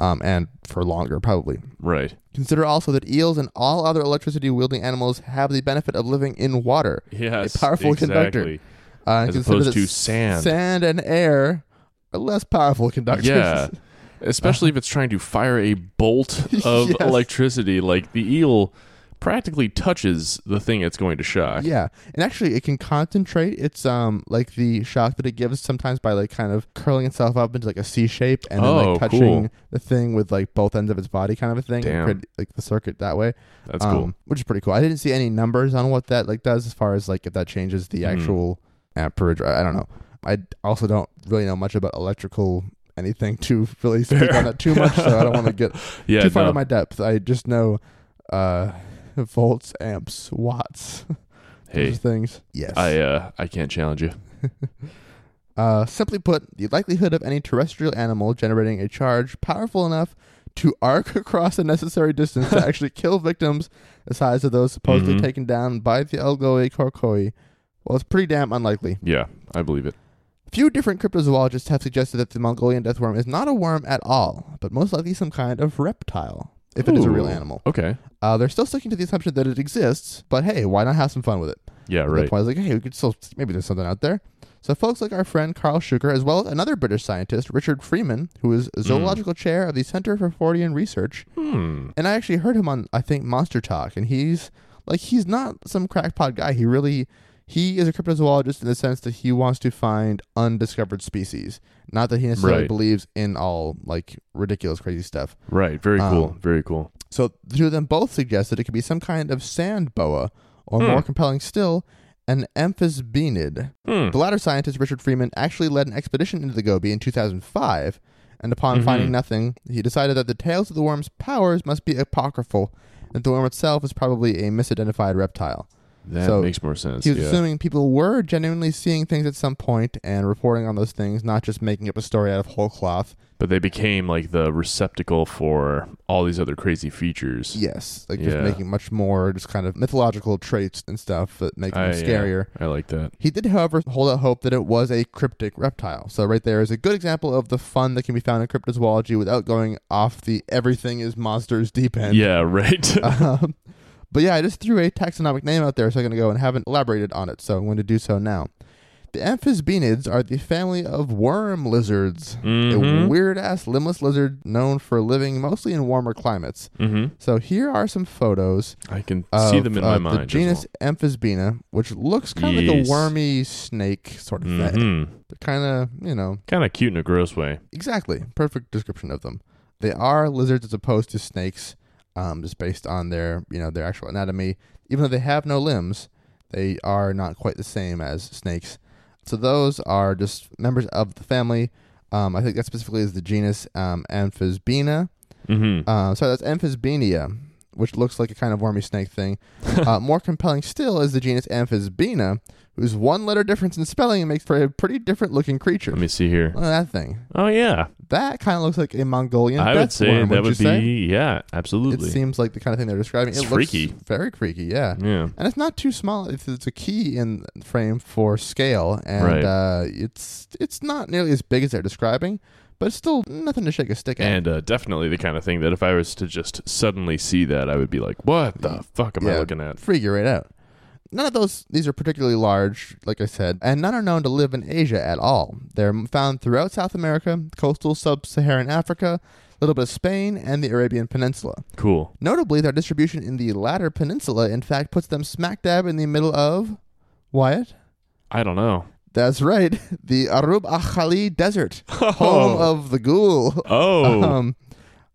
Speaker 1: Um, and for longer, probably.
Speaker 2: Right.
Speaker 1: Consider also that eels and all other electricity wielding animals have the benefit of living in water.
Speaker 2: Yes.
Speaker 1: powerful conductor.
Speaker 2: exactly.
Speaker 1: Uh, and
Speaker 2: As
Speaker 1: consider
Speaker 2: opposed
Speaker 1: that
Speaker 2: to sand.
Speaker 1: Sand and air are less powerful conductors.
Speaker 2: Yeah. Especially if it's trying to fire a bolt of
Speaker 1: Yes.
Speaker 2: electricity, like the eel practically touches the thing it's going to shock.
Speaker 1: Yeah, and actually, it can concentrate. It's um like the shock that it gives sometimes by like kind of curling itself up into like a C shape and then
Speaker 2: Oh,
Speaker 1: like touching
Speaker 2: cool.
Speaker 1: the thing with like both ends of its body, kind of a thing, and
Speaker 2: Damn.
Speaker 1: create, like the circuit that way.
Speaker 2: That's
Speaker 1: um,
Speaker 2: cool.
Speaker 1: which is pretty cool. I didn't see any numbers on what that like does as far as like if that changes the
Speaker 2: Hmm.
Speaker 1: actual amperage. I I don't know. I d- also don't really know much about electrical anything to really speak
Speaker 2: Fair.
Speaker 1: on that too much, so I don't want to get
Speaker 2: Yeah.
Speaker 1: too far out
Speaker 2: no.
Speaker 1: of my depth. I just know uh, volts, amps, watts,
Speaker 2: hey,
Speaker 1: those things. Yes.
Speaker 2: I uh, I can't challenge you.
Speaker 1: Uh, simply put, the likelihood of any terrestrial animal generating a charge powerful enough to arc across the necessary distance to actually kill victims the size of those supposedly
Speaker 2: Mhm.
Speaker 1: taken down by the Elgoe Korkoi, well, it's pretty damn unlikely.
Speaker 2: Yeah, I believe it.
Speaker 1: Few different cryptozoologists have suggested that the Mongolian death worm is not a worm at all, but most likely some kind of reptile, if it is a real
Speaker 2: Ooh.
Speaker 1: animal.
Speaker 2: Okay.
Speaker 1: Uh, they're still sticking to the assumption that it exists, but hey, why not have some fun with it?
Speaker 2: Yeah.
Speaker 1: At
Speaker 2: Right.
Speaker 1: that point, I was like, hey, we could still maybe there's something out there. So folks like our friend Carl Schuker, as well as another British scientist, Richard Freeman, who is zoological chair of the Center for Fortean Research,
Speaker 2: Hmm.
Speaker 1: and I actually heard him on I think Monster Talk, and he's like he's not some crackpot guy. He really he is a cryptozoologist in the sense that he wants to find undiscovered species. Not that he necessarily
Speaker 2: Right.
Speaker 1: believes in all like ridiculous crazy stuff.
Speaker 2: Right. Very
Speaker 1: Um,
Speaker 2: cool. Very cool.
Speaker 1: So the two of them both suggest that it could be some kind of sand boa, or
Speaker 2: Hmm.
Speaker 1: more compelling still, an amphisbenid.
Speaker 2: Hmm.
Speaker 1: The latter scientist, Richard Freeman, actually led an expedition into the Gobi in 2005, and upon
Speaker 2: Mhm.
Speaker 1: finding nothing, he decided that the tales of the worm's powers must be apocryphal, and the worm itself is probably a misidentified reptile.
Speaker 2: That
Speaker 1: so
Speaker 2: makes more sense.
Speaker 1: He was
Speaker 2: yeah.
Speaker 1: assuming people were genuinely seeing things at some point and reporting on those things, not just making up a story out of whole cloth
Speaker 2: but they became like the receptacle for all these other crazy features.
Speaker 1: Yes, like just
Speaker 2: Yeah.
Speaker 1: making much more just kind of mythological traits and stuff that make them
Speaker 2: I- yeah,
Speaker 1: scarier.
Speaker 2: I like that.
Speaker 1: He did, however, hold out hope that it was a cryptic reptile. So right there is a good example of the fun that can be found in cryptozoology without going off the everything is monsters deep end.
Speaker 2: yeah, right.
Speaker 1: Um, but yeah, I just threw a taxonomic name out there a second ago and haven't elaborated on it, so I'm going to do so now. The amphisbenids are the family of worm lizards, a
Speaker 2: Mhm.
Speaker 1: weird ass limbless lizard known for living mostly in warmer climates.
Speaker 2: hmm
Speaker 1: So here are some photos
Speaker 2: I can
Speaker 1: of
Speaker 2: see them in
Speaker 1: uh,
Speaker 2: my mind.
Speaker 1: the
Speaker 2: as
Speaker 1: genus Amphisbena, which looks kind of like
Speaker 2: Yes.
Speaker 1: a wormy snake sort of
Speaker 2: well.
Speaker 1: thing.
Speaker 2: hmm
Speaker 1: They're kind of, you know,
Speaker 2: Kind of cute in a gross way.
Speaker 1: Exactly. Perfect description of them. They are lizards as opposed to snakes, um, just based on their you know their actual anatomy. Even though they have no limbs, they are not quite the same as snakes. So those are just members of the family. Um, I think that specifically is the genus um, Amphisbena.
Speaker 2: Mm-hmm.
Speaker 1: Uh, so that's Amphisbenia, which looks like a kind of wormy snake thing. uh, more compelling still is the genus Amphisbena, whose one-letter difference in spelling makes for a pretty different-looking creature.
Speaker 2: Let me see here.
Speaker 1: Look at that thing.
Speaker 2: Oh yeah,
Speaker 1: That kind of looks like a Mongolian
Speaker 2: I would
Speaker 1: death
Speaker 2: say
Speaker 1: worm,
Speaker 2: that
Speaker 1: wouldn't
Speaker 2: would be
Speaker 1: you say?
Speaker 2: yeah,
Speaker 1: It
Speaker 2: absolutely.
Speaker 1: seems like the kind of thing they're describing.
Speaker 2: It's
Speaker 1: it looks
Speaker 2: freaky. Mm.
Speaker 1: very creaky, yeah.
Speaker 2: yeah.
Speaker 1: And it's not too small. It's, it's a key in frame for scale, and
Speaker 2: Right.
Speaker 1: uh, it's it's not nearly as big as they're describing, but it's still nothing to shake a stick at.
Speaker 2: And uh, definitely the kind of thing that if I was to just suddenly see that, I would be like, "What the fuck am I
Speaker 1: Yeah.
Speaker 2: looking at?"
Speaker 1: figure it out. None of those these are particularly large, like I said, and none are known to live in Asia at all. They're found throughout South America, coastal sub-Saharan Africa, a little bit of Spain, and the Arabian Peninsula.
Speaker 2: Cool.
Speaker 1: Notably, their distribution in the latter peninsula, in fact, puts them smack dab in the middle of Wyatt.
Speaker 2: I don't know.
Speaker 1: That's right, the Arub Akhali Desert, home of the ghoul.
Speaker 2: oh,
Speaker 1: Um,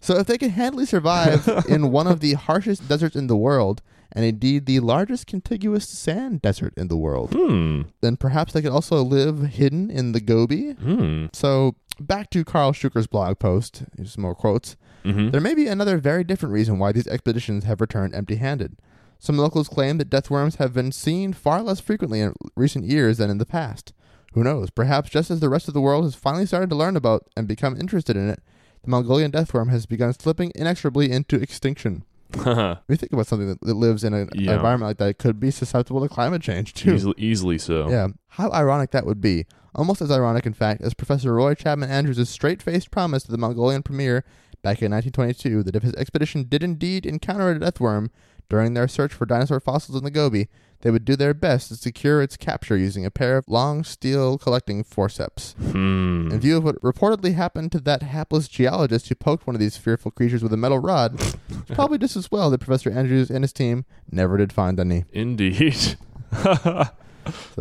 Speaker 1: so, if they can handily survive in one of the harshest deserts in the world, and indeed the largest contiguous sand desert in the world,
Speaker 2: hmm,
Speaker 1: then perhaps they could also live hidden in the Gobi.
Speaker 2: hmm,
Speaker 1: So, back to Carl Schuker's blog post. Here's some more quotes.
Speaker 2: hmm
Speaker 1: There may be another very different reason why these expeditions have returned empty handed. Some locals claim that death worms have been seen far less frequently in recent years than in the past. Who knows? Perhaps just as the rest of the world has finally started to learn about and become interested in it, the Mongolian death worm has begun slipping inexorably into extinction.
Speaker 2: Mm-hmm.
Speaker 1: We think about something that, that lives in an
Speaker 2: Yeah.
Speaker 1: environment like that, it could be susceptible to climate change, too.
Speaker 2: easily, easily so.
Speaker 1: Yeah. How ironic that would be. Almost as ironic, in fact, as Professor Roy Chapman Andrews' straight faced promise to the Mongolian premier back in 1922 that if his expedition did indeed encounter a death worm during their search for dinosaur fossils in the Gobi, they would do their best to secure its capture using a pair of long steel collecting forceps.
Speaker 2: Hmm.
Speaker 1: In view of what reportedly happened to that hapless geologist who poked one of these fearful creatures with a metal rod, it's probably just as well that Professor Andrews and his team never did find any.
Speaker 2: Indeed.
Speaker 1: So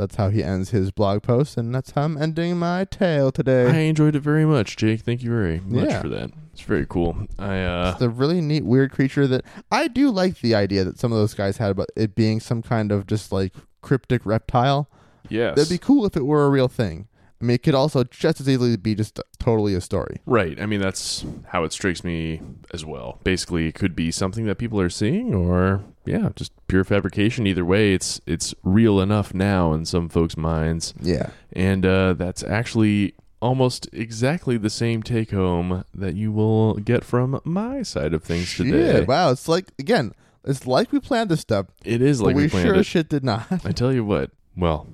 Speaker 1: that's how he ends his blog post, and that's how I'm ending my tale
Speaker 2: I
Speaker 1: today.
Speaker 2: enjoyed it very much, Jake. Thank you very much
Speaker 1: Yeah.
Speaker 2: for that. It's very cool. I uh
Speaker 1: It's a really neat, weird creature that I do like the idea that some of those guys had about it being some kind of just like cryptic reptile.
Speaker 2: yes.
Speaker 1: That'd be cool if it were a real thing. I mean, it could also just as easily be just totally a story.
Speaker 2: Right. I mean, that's how it strikes me as well. Basically, it could be something that people are seeing or yeah, just pure fabrication either way. It's it's real enough now in some folks' minds.
Speaker 1: Yeah.
Speaker 2: And uh that's actually almost exactly the same take home that you will get from my side of things today.
Speaker 1: Wow. It's like, again, it's like we planned this stuff,
Speaker 2: It is
Speaker 1: but
Speaker 2: like we,
Speaker 1: we
Speaker 2: planned
Speaker 1: sure
Speaker 2: it.
Speaker 1: as shit did not.
Speaker 2: I tell you what. Well,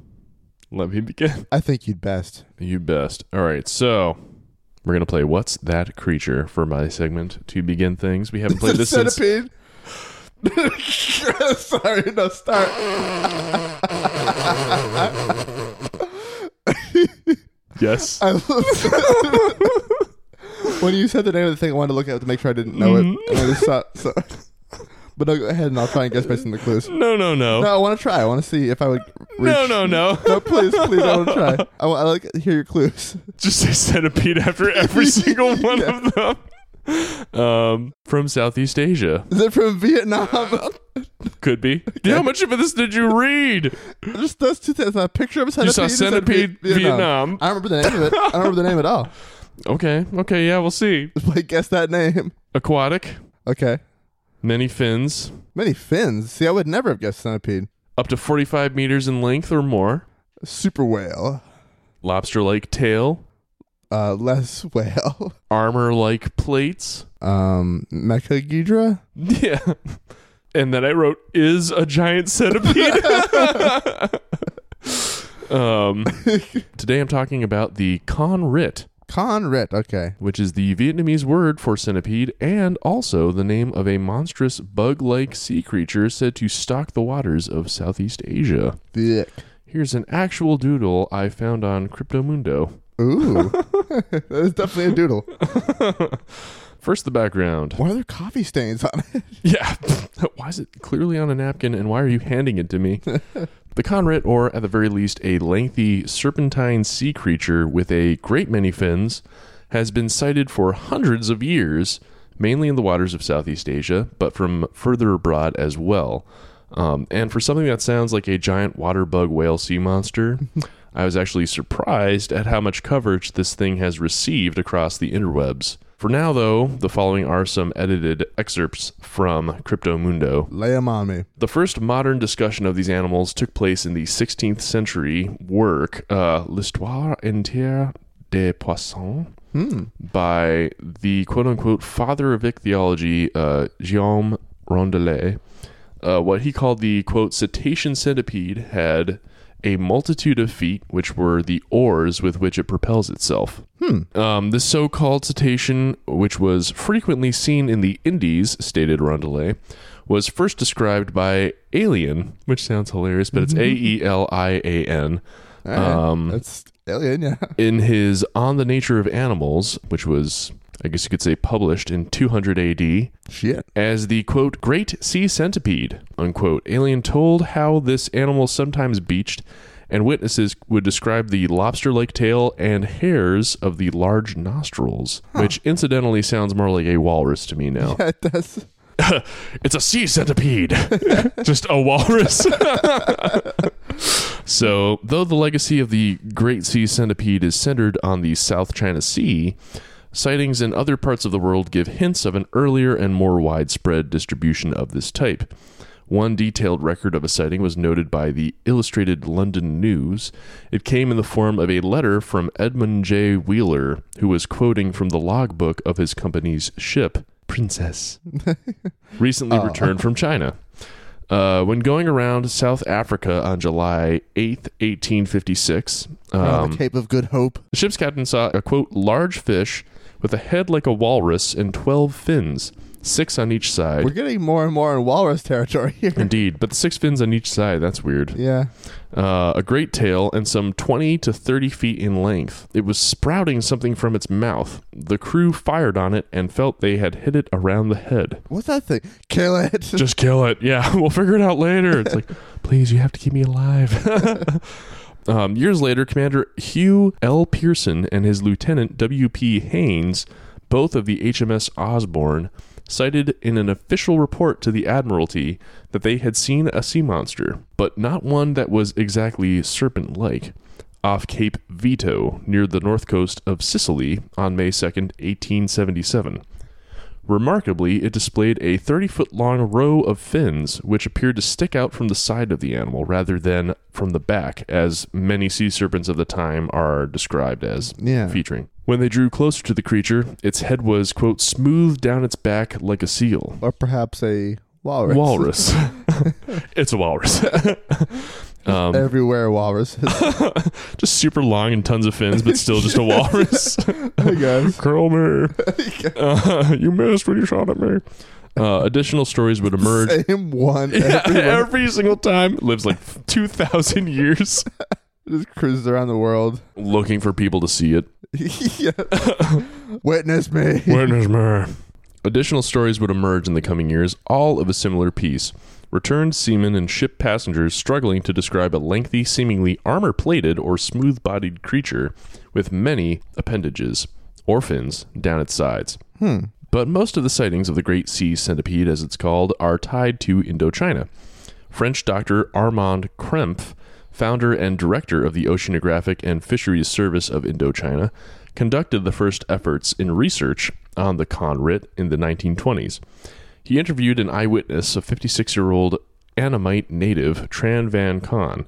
Speaker 2: let me begin.
Speaker 1: I think you'd best.
Speaker 2: You best. All right. So, we're going to play What's That Creature for my segment to begin things. We haven't played this since
Speaker 1: centipede. Sorry, no, start.
Speaker 2: Yes.
Speaker 1: I love- when you said the name of the thing, I wanted to look at it to make sure I didn't know
Speaker 2: Mhm.
Speaker 1: it. And I just saw, so. But no, go ahead and I'll try and guess based on the clues.
Speaker 2: No, no, no.
Speaker 1: No, I want to try. I want to see if I would. Reach.
Speaker 2: No, no, no.
Speaker 1: No, please, please, I want to try. I, wa- I like to hear your clues.
Speaker 2: Just say centipede after every single one
Speaker 1: Yeah.
Speaker 2: of them. Um, from Southeast Asia.
Speaker 1: Is it from Vietnam?
Speaker 2: Could be. How much of this did you read?
Speaker 1: Just those two things. A picture of a centipede.
Speaker 2: You saw
Speaker 1: and
Speaker 2: centipede Vietnam.
Speaker 1: I don't remember the name of it. I don't remember the name at all.
Speaker 2: Okay, okay, yeah, we'll see.
Speaker 1: Just play guess that name.
Speaker 2: Aquatic,
Speaker 1: Okay.
Speaker 2: many fins,
Speaker 1: Many fins. See, I would never have guessed centipede.
Speaker 2: up to 45 meters in length or more,
Speaker 1: Super whale.
Speaker 2: lobster like tail,
Speaker 1: uh, less whale,
Speaker 2: Armor like plates.
Speaker 1: um, Mechagidra.
Speaker 2: Yeah. And then I wrote, is a giant centipede. um, today I'm talking about the conrit,
Speaker 1: Conrit. Okay.
Speaker 2: which is the Vietnamese word for centipede and also the name of a monstrous bug like sea creature said to stalk the waters of Southeast Asia.
Speaker 1: Thick.
Speaker 2: Here's an actual doodle I found on Cryptomundo.
Speaker 1: Ooh. that is definitely a doodle.
Speaker 2: First, the background.
Speaker 1: Why are there coffee stains on it?
Speaker 2: Yeah. why is it clearly on a napkin and why are you handing it to me? the conrit, or at the very least, a lengthy serpentine sea creature with a great many fins, has been sighted for hundreds of years, mainly in the waters of Southeast Asia, but from further abroad as well. Um, and for something that sounds like a giant water bug whale sea monster, I was actually surprised at how much coverage this thing has received across the interwebs. For now, though, the following are some edited excerpts from Cryptomundo.
Speaker 1: Lay them on me.
Speaker 2: The first modern discussion of these animals took place in the 16th century work, uh, L'Histoire entière des poissons,
Speaker 1: Hmm.
Speaker 2: by the quote unquote father of ichthyology, uh, Guillaume Rondelet. Uh, what he called the quote cetacean centipede had a multitude of feet, which were the oars with which it propels itself. Hmm. Um, this so called cetacean, which was frequently seen in the Indies, stated Rondelet, was first described by Alien, which sounds hilarious, but it's A E L I A N.
Speaker 1: All right.
Speaker 2: Um,
Speaker 1: That's alien. Yeah.
Speaker 2: in his On the Nature of Animals, which was, I guess you could say, published in 200 AD,
Speaker 1: Shit.
Speaker 2: as the quote, great sea centipede, unquote. Alien told how this animal sometimes beached, and witnesses would describe the lobster like tail and hairs of the large nostrils, which incidentally sounds more like a walrus to me now.
Speaker 1: That does.
Speaker 2: it's a sea centipede, just a walrus. so, though the legacy of the Great Sea Centipede is centered on the South China Sea, sightings in other parts of the world give hints of an earlier and more widespread distribution of this type. One detailed record of a sighting was noted by the Illustrated London News. It came in the form of a letter from Edmund J. Wheeler, who was quoting from the logbook of his company's ship, Princess, recently returned from China. Uh, when going around South Africa on July 8th, 1856,
Speaker 1: Around
Speaker 2: um,
Speaker 1: the Cape of Good Hope.
Speaker 2: the ship's captain saw a quote large fish with a head like a walrus and 12 fins, six on each
Speaker 1: We're
Speaker 2: side.
Speaker 1: getting more and more in walrus territory here.
Speaker 2: Indeed, but the six fins on each side, that's weird.
Speaker 1: Yeah.
Speaker 2: Uh, a great tail and some 20 to 30 feet in length. It was sprouting something from its mouth. The crew fired on it and felt they had hit it around the head.
Speaker 1: What's that thing? Kill it.
Speaker 2: Just kill it. Yeah, we'll figure it out later. It's like, please, you have to keep me alive. um, years later, Commander Hugh L. Pearson and his lieutenant W.P. Haynes, both of the HMS Osborne, cited in an official report to the Admiralty that they had seen a sea monster, but not one that was exactly serpent like. Off Cape Vito, near the north coast of Sicily, on May 2nd, 1877. Remarkably, it displayed a 30 foot long row of fins, which appeared to stick out from the side of the animal rather than from the back, as many sea serpents of the time are described as
Speaker 1: yeah.
Speaker 2: featuring. When they drew closer to the creature, its head was, quote, smoothed down its back like a seal.
Speaker 1: Or perhaps a walrus.
Speaker 2: Walrus. it's a walrus. um,
Speaker 1: Everywhere walrus.
Speaker 2: just super long and tons of fins, but still just a walrus.
Speaker 1: I guess.
Speaker 2: Curl me. Uh, you missed when you shot at me. Uh, additional stories would emerge.
Speaker 1: Same one.
Speaker 2: Yeah,
Speaker 1: everywhere.
Speaker 2: every single time. Lives like 2,000 years
Speaker 1: Just cruises around the world.
Speaker 2: looking for people to see it.
Speaker 1: yeah. Witness me.
Speaker 2: Witness me. Additional stories would emerge in the coming years, all of a similar piece. Returned seamen and ship passengers struggling to describe a lengthy, seemingly armor plated or smooth bodied creature with many appendages or fins down its sides.
Speaker 1: Hmm.
Speaker 2: But most of the sightings of the Great Sea Centipede, as it's called, are tied to Indochina. French doctor Armand Krempf, founder and director of the Oceanographic and Fisheries Service of Indochina, conducted the first efforts in research on the conrit in the 1920s. He interviewed an eyewitness, a 56 year old Annamite native, Tran Van Con,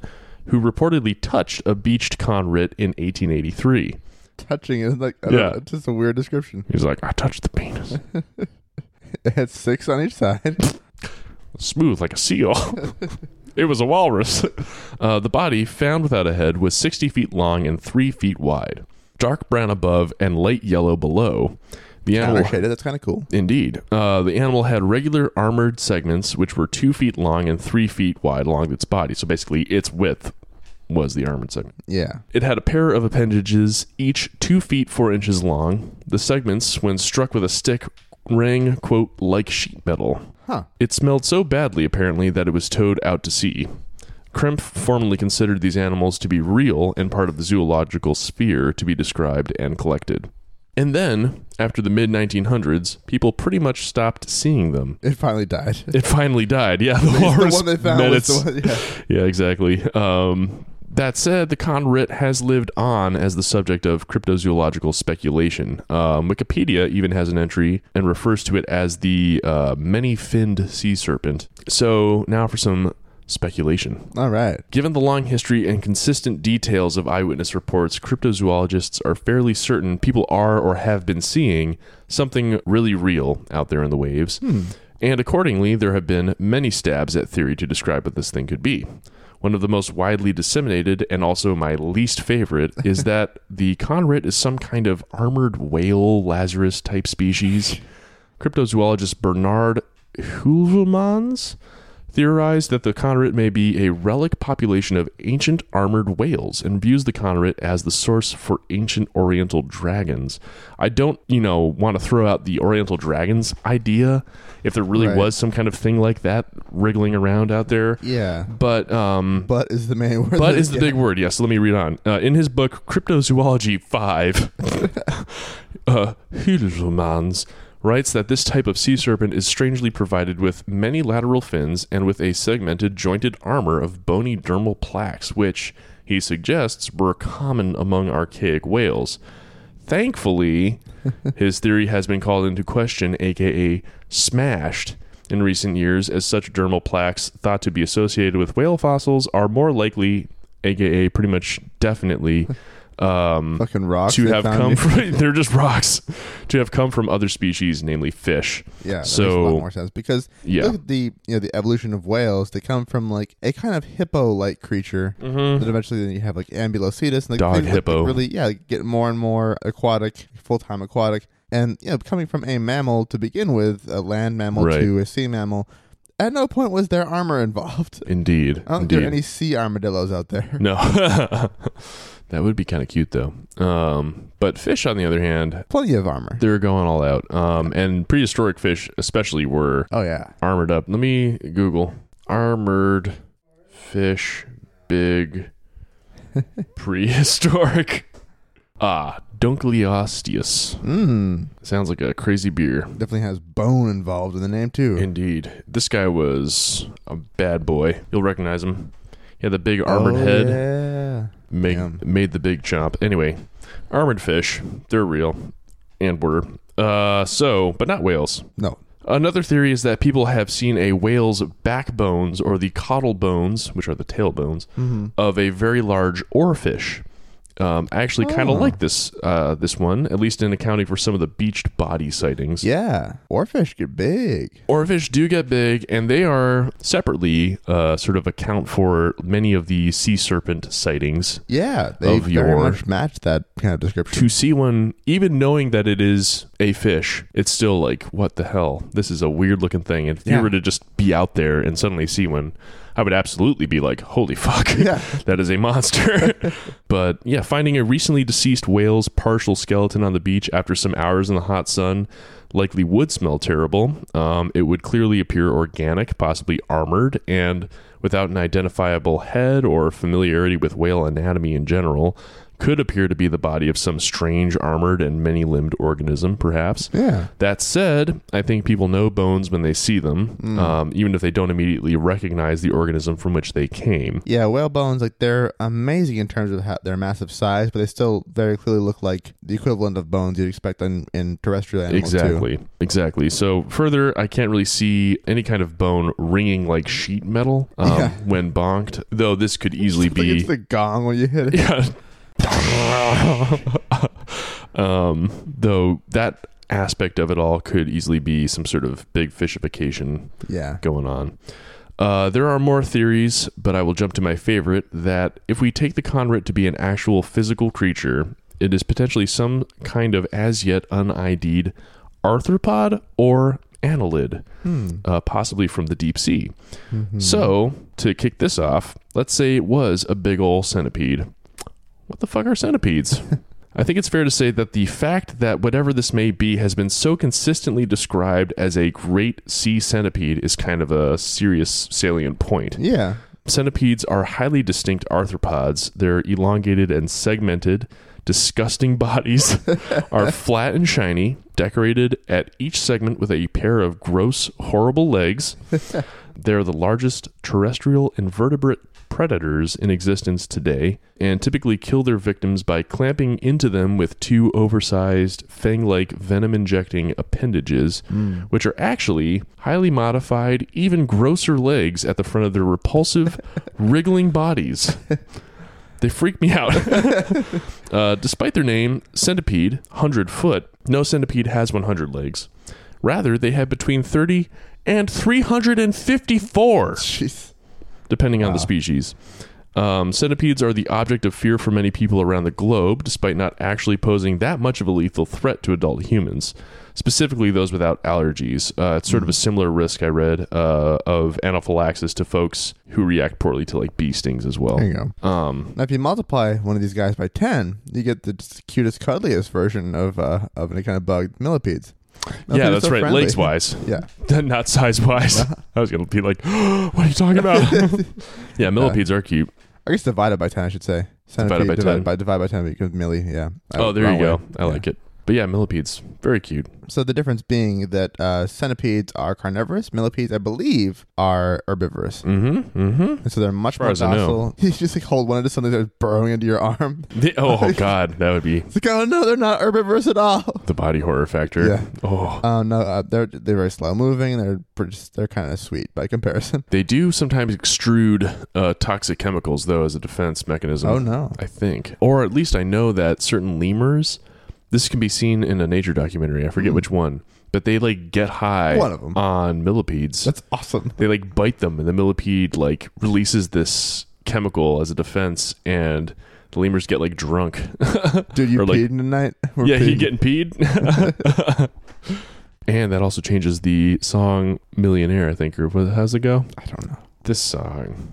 Speaker 2: who reportedly touched a beached conrit in 1883.
Speaker 1: touching it. Like, I don't
Speaker 2: Yeah.
Speaker 1: know, it's just a weird description.
Speaker 2: He's like, I touched the penis.
Speaker 1: It had six on each side.
Speaker 2: Smooth like a seal. it was a walrus. Uh, the body, found without a head, was 60 feet long and 3 feet wide. Dark brown above and light yellow below. The
Speaker 1: I
Speaker 2: animal.
Speaker 1: appreciate it. That's kind of cool.
Speaker 2: Indeed. Uh, the animal had regular armored segments, which were two feet long and three feet wide along its body. So basically, its width was the armored segment.
Speaker 1: Yeah.
Speaker 2: It had a pair of appendages, each two feet four inches long. The segments, when struck with a stick, rang, quote, like sheet metal.
Speaker 1: Huh.
Speaker 2: It smelled so badly, apparently, that it was towed out to sea. Kremp formerly considered these animals to be real and part of the zoological sphere to be described and collected. And then, after the mid 1900s, people pretty much stopped seeing them.
Speaker 1: It finally died.
Speaker 2: It finally died. Yeah, the
Speaker 1: the
Speaker 2: walrus
Speaker 1: one they found
Speaker 2: met
Speaker 1: was
Speaker 2: its-
Speaker 1: the one. Yeah.
Speaker 2: yeah, exactly. Um, that said, the conrit has lived on as the subject of cryptozoological speculation. Um, Wikipedia even has an entry and refers to it as the uh, many finned sea serpent. So, now for some speculation.
Speaker 1: All right.
Speaker 2: Given the long history and consistent details of eyewitness reports, cryptozoologists are fairly certain people are or have been seeing something really real out there in the waves. And accordingly, there have been many stabs at theory to describe what this thing could be. One of the most widely disseminated, and also my least favorite, is that the conrit is some kind of armored whale Lazarus type species. Cryptozoologist Bernard Heuvelmans theorized that the conrit may be a relic population of ancient armored whales and views the conrit as the source for ancient oriental dragons. I don't, you know, want to throw out the oriental dragons idea if there really
Speaker 1: Right.
Speaker 2: was some kind of thing like that wriggling around out there,
Speaker 1: Yeah.
Speaker 2: but um
Speaker 1: But is the main word.
Speaker 2: but
Speaker 1: that-
Speaker 2: is the
Speaker 1: yeah.
Speaker 2: big word. Yes, let me read on. Uh, in his book Cryptozoology 5, uh, Hüllemans writes that this type of sea serpent is strangely provided with many lateral fins and with a segmented jointed armor of bony dermal plaques, which he suggests were common among archaic whales. Thankfully, his theory has been called into question, aka smashed, in recent years, as such dermal plaques thought to be associated with whale fossils are more likely, aka pretty much definitely, um,
Speaker 1: Fucking rocks.
Speaker 2: to
Speaker 1: they
Speaker 2: have
Speaker 1: found
Speaker 2: come
Speaker 1: me.
Speaker 2: from they're just rocks to have come from other species, namely fish.
Speaker 1: Yeah, that makes a
Speaker 2: So-
Speaker 1: lot more sense because
Speaker 2: Yeah.
Speaker 1: look at the you know the evolution of whales. They come from like a kind of hippo-like creature
Speaker 2: Mm-hmm.
Speaker 1: that eventually then you have like ambulocetus and like
Speaker 2: Dog
Speaker 1: things that, like,
Speaker 2: hippo.
Speaker 1: really, yeah, get more and more aquatic, full-time aquatic, and you know coming from a mammal to begin with, a land mammal
Speaker 2: Right.
Speaker 1: to a sea mammal. At no point was there armor involved.
Speaker 2: Indeed.
Speaker 1: I don't think
Speaker 2: Indeed.
Speaker 1: there are any sea armadillos out there.
Speaker 2: no. that would be kind of cute though. Um, but fish on the other hand,
Speaker 1: Plenty of armor.
Speaker 2: they're going all out. Um, and prehistoric fish especially were
Speaker 1: Oh yeah,
Speaker 2: armored up. Let me Google armored fish, big prehistoric. Ah, Dunkleosteus.
Speaker 1: mm,
Speaker 2: Sounds like a crazy beer.
Speaker 1: definitely has bone involved in the name too.
Speaker 2: Indeed, this guy was a bad boy. You'll recognize him. He had the big armored
Speaker 1: Oh,
Speaker 2: head.
Speaker 1: Yeah.
Speaker 2: make,
Speaker 1: Yum.
Speaker 2: made the big chomp. Anyway, armored fish, they're real and were. Uh, so, but not whales.
Speaker 1: No.
Speaker 2: Another theory is that people have seen a whale's backbones or the caudal bones, which are the tail bones,
Speaker 1: Mm-hmm.
Speaker 2: of a very large oarfish. Um, I actually kind
Speaker 1: Oh.
Speaker 2: of like this uh, this one, at least in accounting for some of the beached body sightings.
Speaker 1: Yeah. Or fish get big.
Speaker 2: Oarfish do get big, and they are separately uh, sort of account for many of the sea serpent sightings.
Speaker 1: Yeah. They
Speaker 2: Of
Speaker 1: very
Speaker 2: your-
Speaker 1: much match that kind of description.
Speaker 2: To see one, even knowing that it is a fish, it's still like, what the hell? This is a weird looking thing. And if
Speaker 1: Yeah.
Speaker 2: you were to just be out there and suddenly see one, I would absolutely be like, holy fuck,
Speaker 1: Yeah.
Speaker 2: that is a monster. but yeah, finding a recently deceased whale's partial skeleton on the beach after some hours in the hot sun likely would smell terrible. Um, it would clearly appear organic, possibly armored, and without an identifiable head or familiarity with whale anatomy in general. Could appear to be the body of some strange armored and many limbed organism, perhaps.
Speaker 1: yeah.
Speaker 2: That said, I think people know bones when they see them,
Speaker 1: Mm.
Speaker 2: um, even if they don't immediately recognize the organism from which they came.
Speaker 1: Yeah, whale bones like they're amazing in terms of how, their massive size, but they still very clearly look like the equivalent of bones you'd expect in, in terrestrial animals too.
Speaker 2: Exactly. Exactly. So further, I can't really see any kind of bone ringing like sheet metal um,
Speaker 1: Yeah.
Speaker 2: when bonked. Though this could easily
Speaker 1: Like
Speaker 2: be.
Speaker 1: it's the gong when you hit it.
Speaker 2: yeah. Um, though that aspect of it all could easily be some sort of big fishification
Speaker 1: Yeah.
Speaker 2: going on. Uh, there are more theories, but I will jump to my favorite that if we take the conrit to be an actual physical creature, it is potentially some kind of as yet unID'd arthropod or annelid,
Speaker 1: Hmm.
Speaker 2: uh, possibly from the deep sea.
Speaker 1: Mhm.
Speaker 2: So, to kick this off, let's say it was a big ol' centipede. What the fuck are centipedes? I think it's fair to say that the fact that whatever this may be has been so consistently described as a great sea centipede is kind of a serious salient point.
Speaker 1: Yeah.
Speaker 2: Centipedes are highly distinct arthropods. They're elongated and segmented. Disgusting bodies are flat and shiny, decorated at each segment with a pair of gross, horrible legs. They're the largest terrestrial invertebrate predators in existence today and typically kill their victims by clamping into them with two oversized, fang like, venom injecting appendages which are actually highly modified, even grosser legs at the front of their repulsive, wriggling bodies. They freak me out. uh, despite their name, centipede, 100 foot, no centipede has 100 legs. Rather, they have between 30 and 354
Speaker 1: Jeez.
Speaker 2: depending on
Speaker 1: Wow.
Speaker 2: the species. Um, centipedes are the object of fear for many people around the globe, despite not actually posing that much of a lethal threat to adult humans, specifically those without allergies. Uh, it's sort
Speaker 1: Mm-hmm.
Speaker 2: of a similar risk I read uh, of anaphylaxis to folks who react poorly to like bee stings as well.
Speaker 1: There you go.
Speaker 2: Um,
Speaker 1: Now, if you multiply one of these guys by 10, you get the just cutest, cuddliest version of uh, of any kind of bug, millipedes. Millipedes
Speaker 2: yeah,
Speaker 1: are
Speaker 2: that's
Speaker 1: so
Speaker 2: right.
Speaker 1: friendly.
Speaker 2: Legs wise,
Speaker 1: Yeah.
Speaker 2: not size wise. I was gonna be like, "What are you talking about?" yeah, millipedes are cute.
Speaker 1: I guess divided by 10, I should say.
Speaker 2: Divided by 10.
Speaker 1: By, divide by 10 becomes milli, yeah. I-
Speaker 2: Oh, there
Speaker 1: wrong
Speaker 2: you go.
Speaker 1: way.
Speaker 2: I
Speaker 1: Yeah.
Speaker 2: like it. But yeah, millipedes, very cute.
Speaker 1: So the difference being that uh, centipedes are carnivorous, millipedes, I believe, are herbivorous.
Speaker 2: Mm-hmm. Mm-hmm.
Speaker 1: And so they're much
Speaker 2: far
Speaker 1: more
Speaker 2: as I know.
Speaker 1: docile. You just like hold one into something that's burrowing into your arm.
Speaker 2: The, oh God, that would be
Speaker 1: It's like, oh no, they're not herbivorous at all.
Speaker 2: the body horror factor.
Speaker 1: Yeah.
Speaker 2: Oh,
Speaker 1: Oh no, uh, they're they're very slow moving. They're pretty, just- they're kind of sweet by comparison.
Speaker 2: they do sometimes extrude uh, toxic chemicals though as a defense mechanism.
Speaker 1: Oh no,
Speaker 2: I think, or at least I know that certain lemurs. This can be seen in a nature documentary. I forget which one, but they like get high
Speaker 1: Hmm. One of 'em.
Speaker 2: on millipedes.
Speaker 1: that's awesome.
Speaker 2: they like bite them, and the millipede like releases this chemical as a defense, and the lemurs get like drunk.
Speaker 1: Dude, you
Speaker 2: Or, like-
Speaker 1: peed in tonight? We're
Speaker 2: yeah, he
Speaker 1: peeing.
Speaker 2: getting peed. and that also changes the song "Millionaire," I think, or what- how's it go?
Speaker 1: I don't know.
Speaker 2: This song.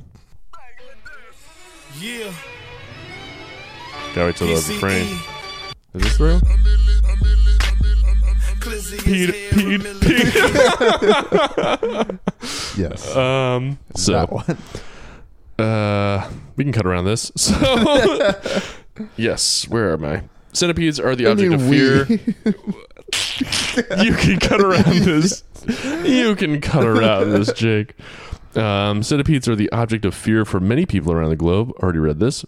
Speaker 3: Yeah,
Speaker 2: Gotta wait till the
Speaker 3: PCE.
Speaker 2: refrain. Is this real?
Speaker 3: Clizzy is
Speaker 2: Peed,
Speaker 3: here,
Speaker 2: peed,
Speaker 3: Ramilly.
Speaker 1: Yes,
Speaker 2: Um.
Speaker 1: that
Speaker 2: So,
Speaker 1: one.
Speaker 2: uh, we can cut around this. So, yes. Where am I? Centipedes are the
Speaker 1: I
Speaker 2: object
Speaker 1: mean,
Speaker 2: of
Speaker 1: we-
Speaker 2: fear. you can cut around this. You can cut around this, Jake. Um, centipedes are the object of fear for many people around the globe. Already read this.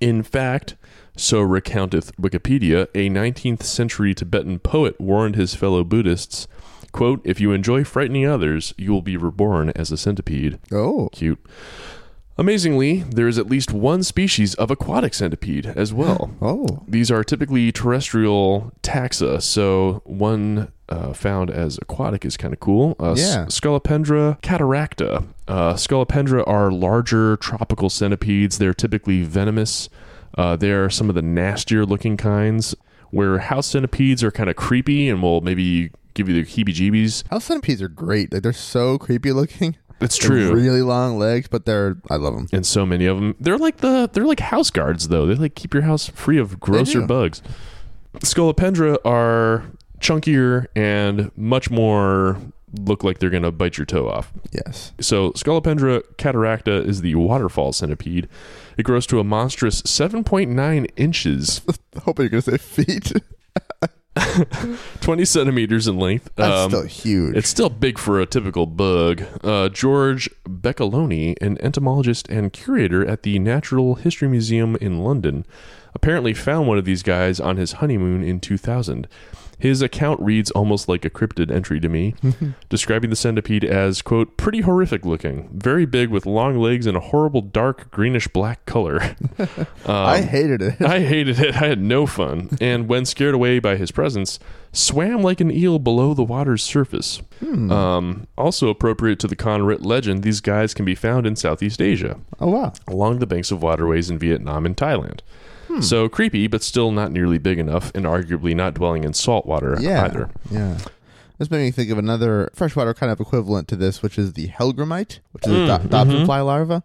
Speaker 2: In fact, so recounteth Wikipedia, a 19th century Tibetan poet warned his fellow Buddhists, quote, If you enjoy frightening others, you will be reborn as a centipede.
Speaker 1: oh,
Speaker 2: Cute. Amazingly, there is at least one species of aquatic centipede as well.
Speaker 1: oh,
Speaker 2: These are typically terrestrial taxa, so one uh, found as aquatic is kind of cool. Uh, S-
Speaker 1: Yeah.
Speaker 2: Scolopendra cataracta. Uh, Scolopendra are larger tropical centipedes. They're typically venomous. Uh, they are some of the nastier looking kinds, where house centipedes are kind of creepy and will maybe give you the heebie jeebies.
Speaker 1: house centipedes are great. Like they're so creepy looking.
Speaker 2: That's
Speaker 1: They're
Speaker 2: true.
Speaker 1: Really long legs, but they're I love them.
Speaker 2: and so many of them they're like the they're like house guards though they like keep your house free of grosser
Speaker 1: do.
Speaker 2: bugs scolopendra are chunkier and much more look like they're gonna bite your toe off
Speaker 1: Yes.
Speaker 2: so scolopendra cataracta is the waterfall centipede it grows to a monstrous 7.9 inches Um,
Speaker 1: Hoping you're gonna say feet.
Speaker 2: 20 centimeters in length.
Speaker 1: That's
Speaker 2: Um,
Speaker 1: still huge.
Speaker 2: It's still big for a typical bug. Uh, George Beccaloni, an entomologist and curator at the Natural History Museum in London, apparently found one of these guys on his honeymoon in 2000. His account reads almost like a cryptid entry to me, describing the centipede as, quote, pretty horrific looking, very big with long legs and a horrible dark greenish black color. um,
Speaker 1: I hated it.
Speaker 2: I hated it. I had no fun. And when scared away by his presence, swam like an eel below the water's surface.
Speaker 1: Hmm. Mm-hmm.
Speaker 2: Um, also appropriate to the Conrit legend, these guys can be found in Southeast Asia,
Speaker 1: Oh wow.
Speaker 2: along the banks of waterways in Vietnam and Thailand.
Speaker 1: Hmm.
Speaker 2: So creepy, but still not nearly big enough, and arguably not dwelling in salt water
Speaker 1: Yeah.
Speaker 2: either.
Speaker 1: Yeah. This made me think of another freshwater kind of equivalent to this, which is the helgramite, which is a do- Dobson fly larva.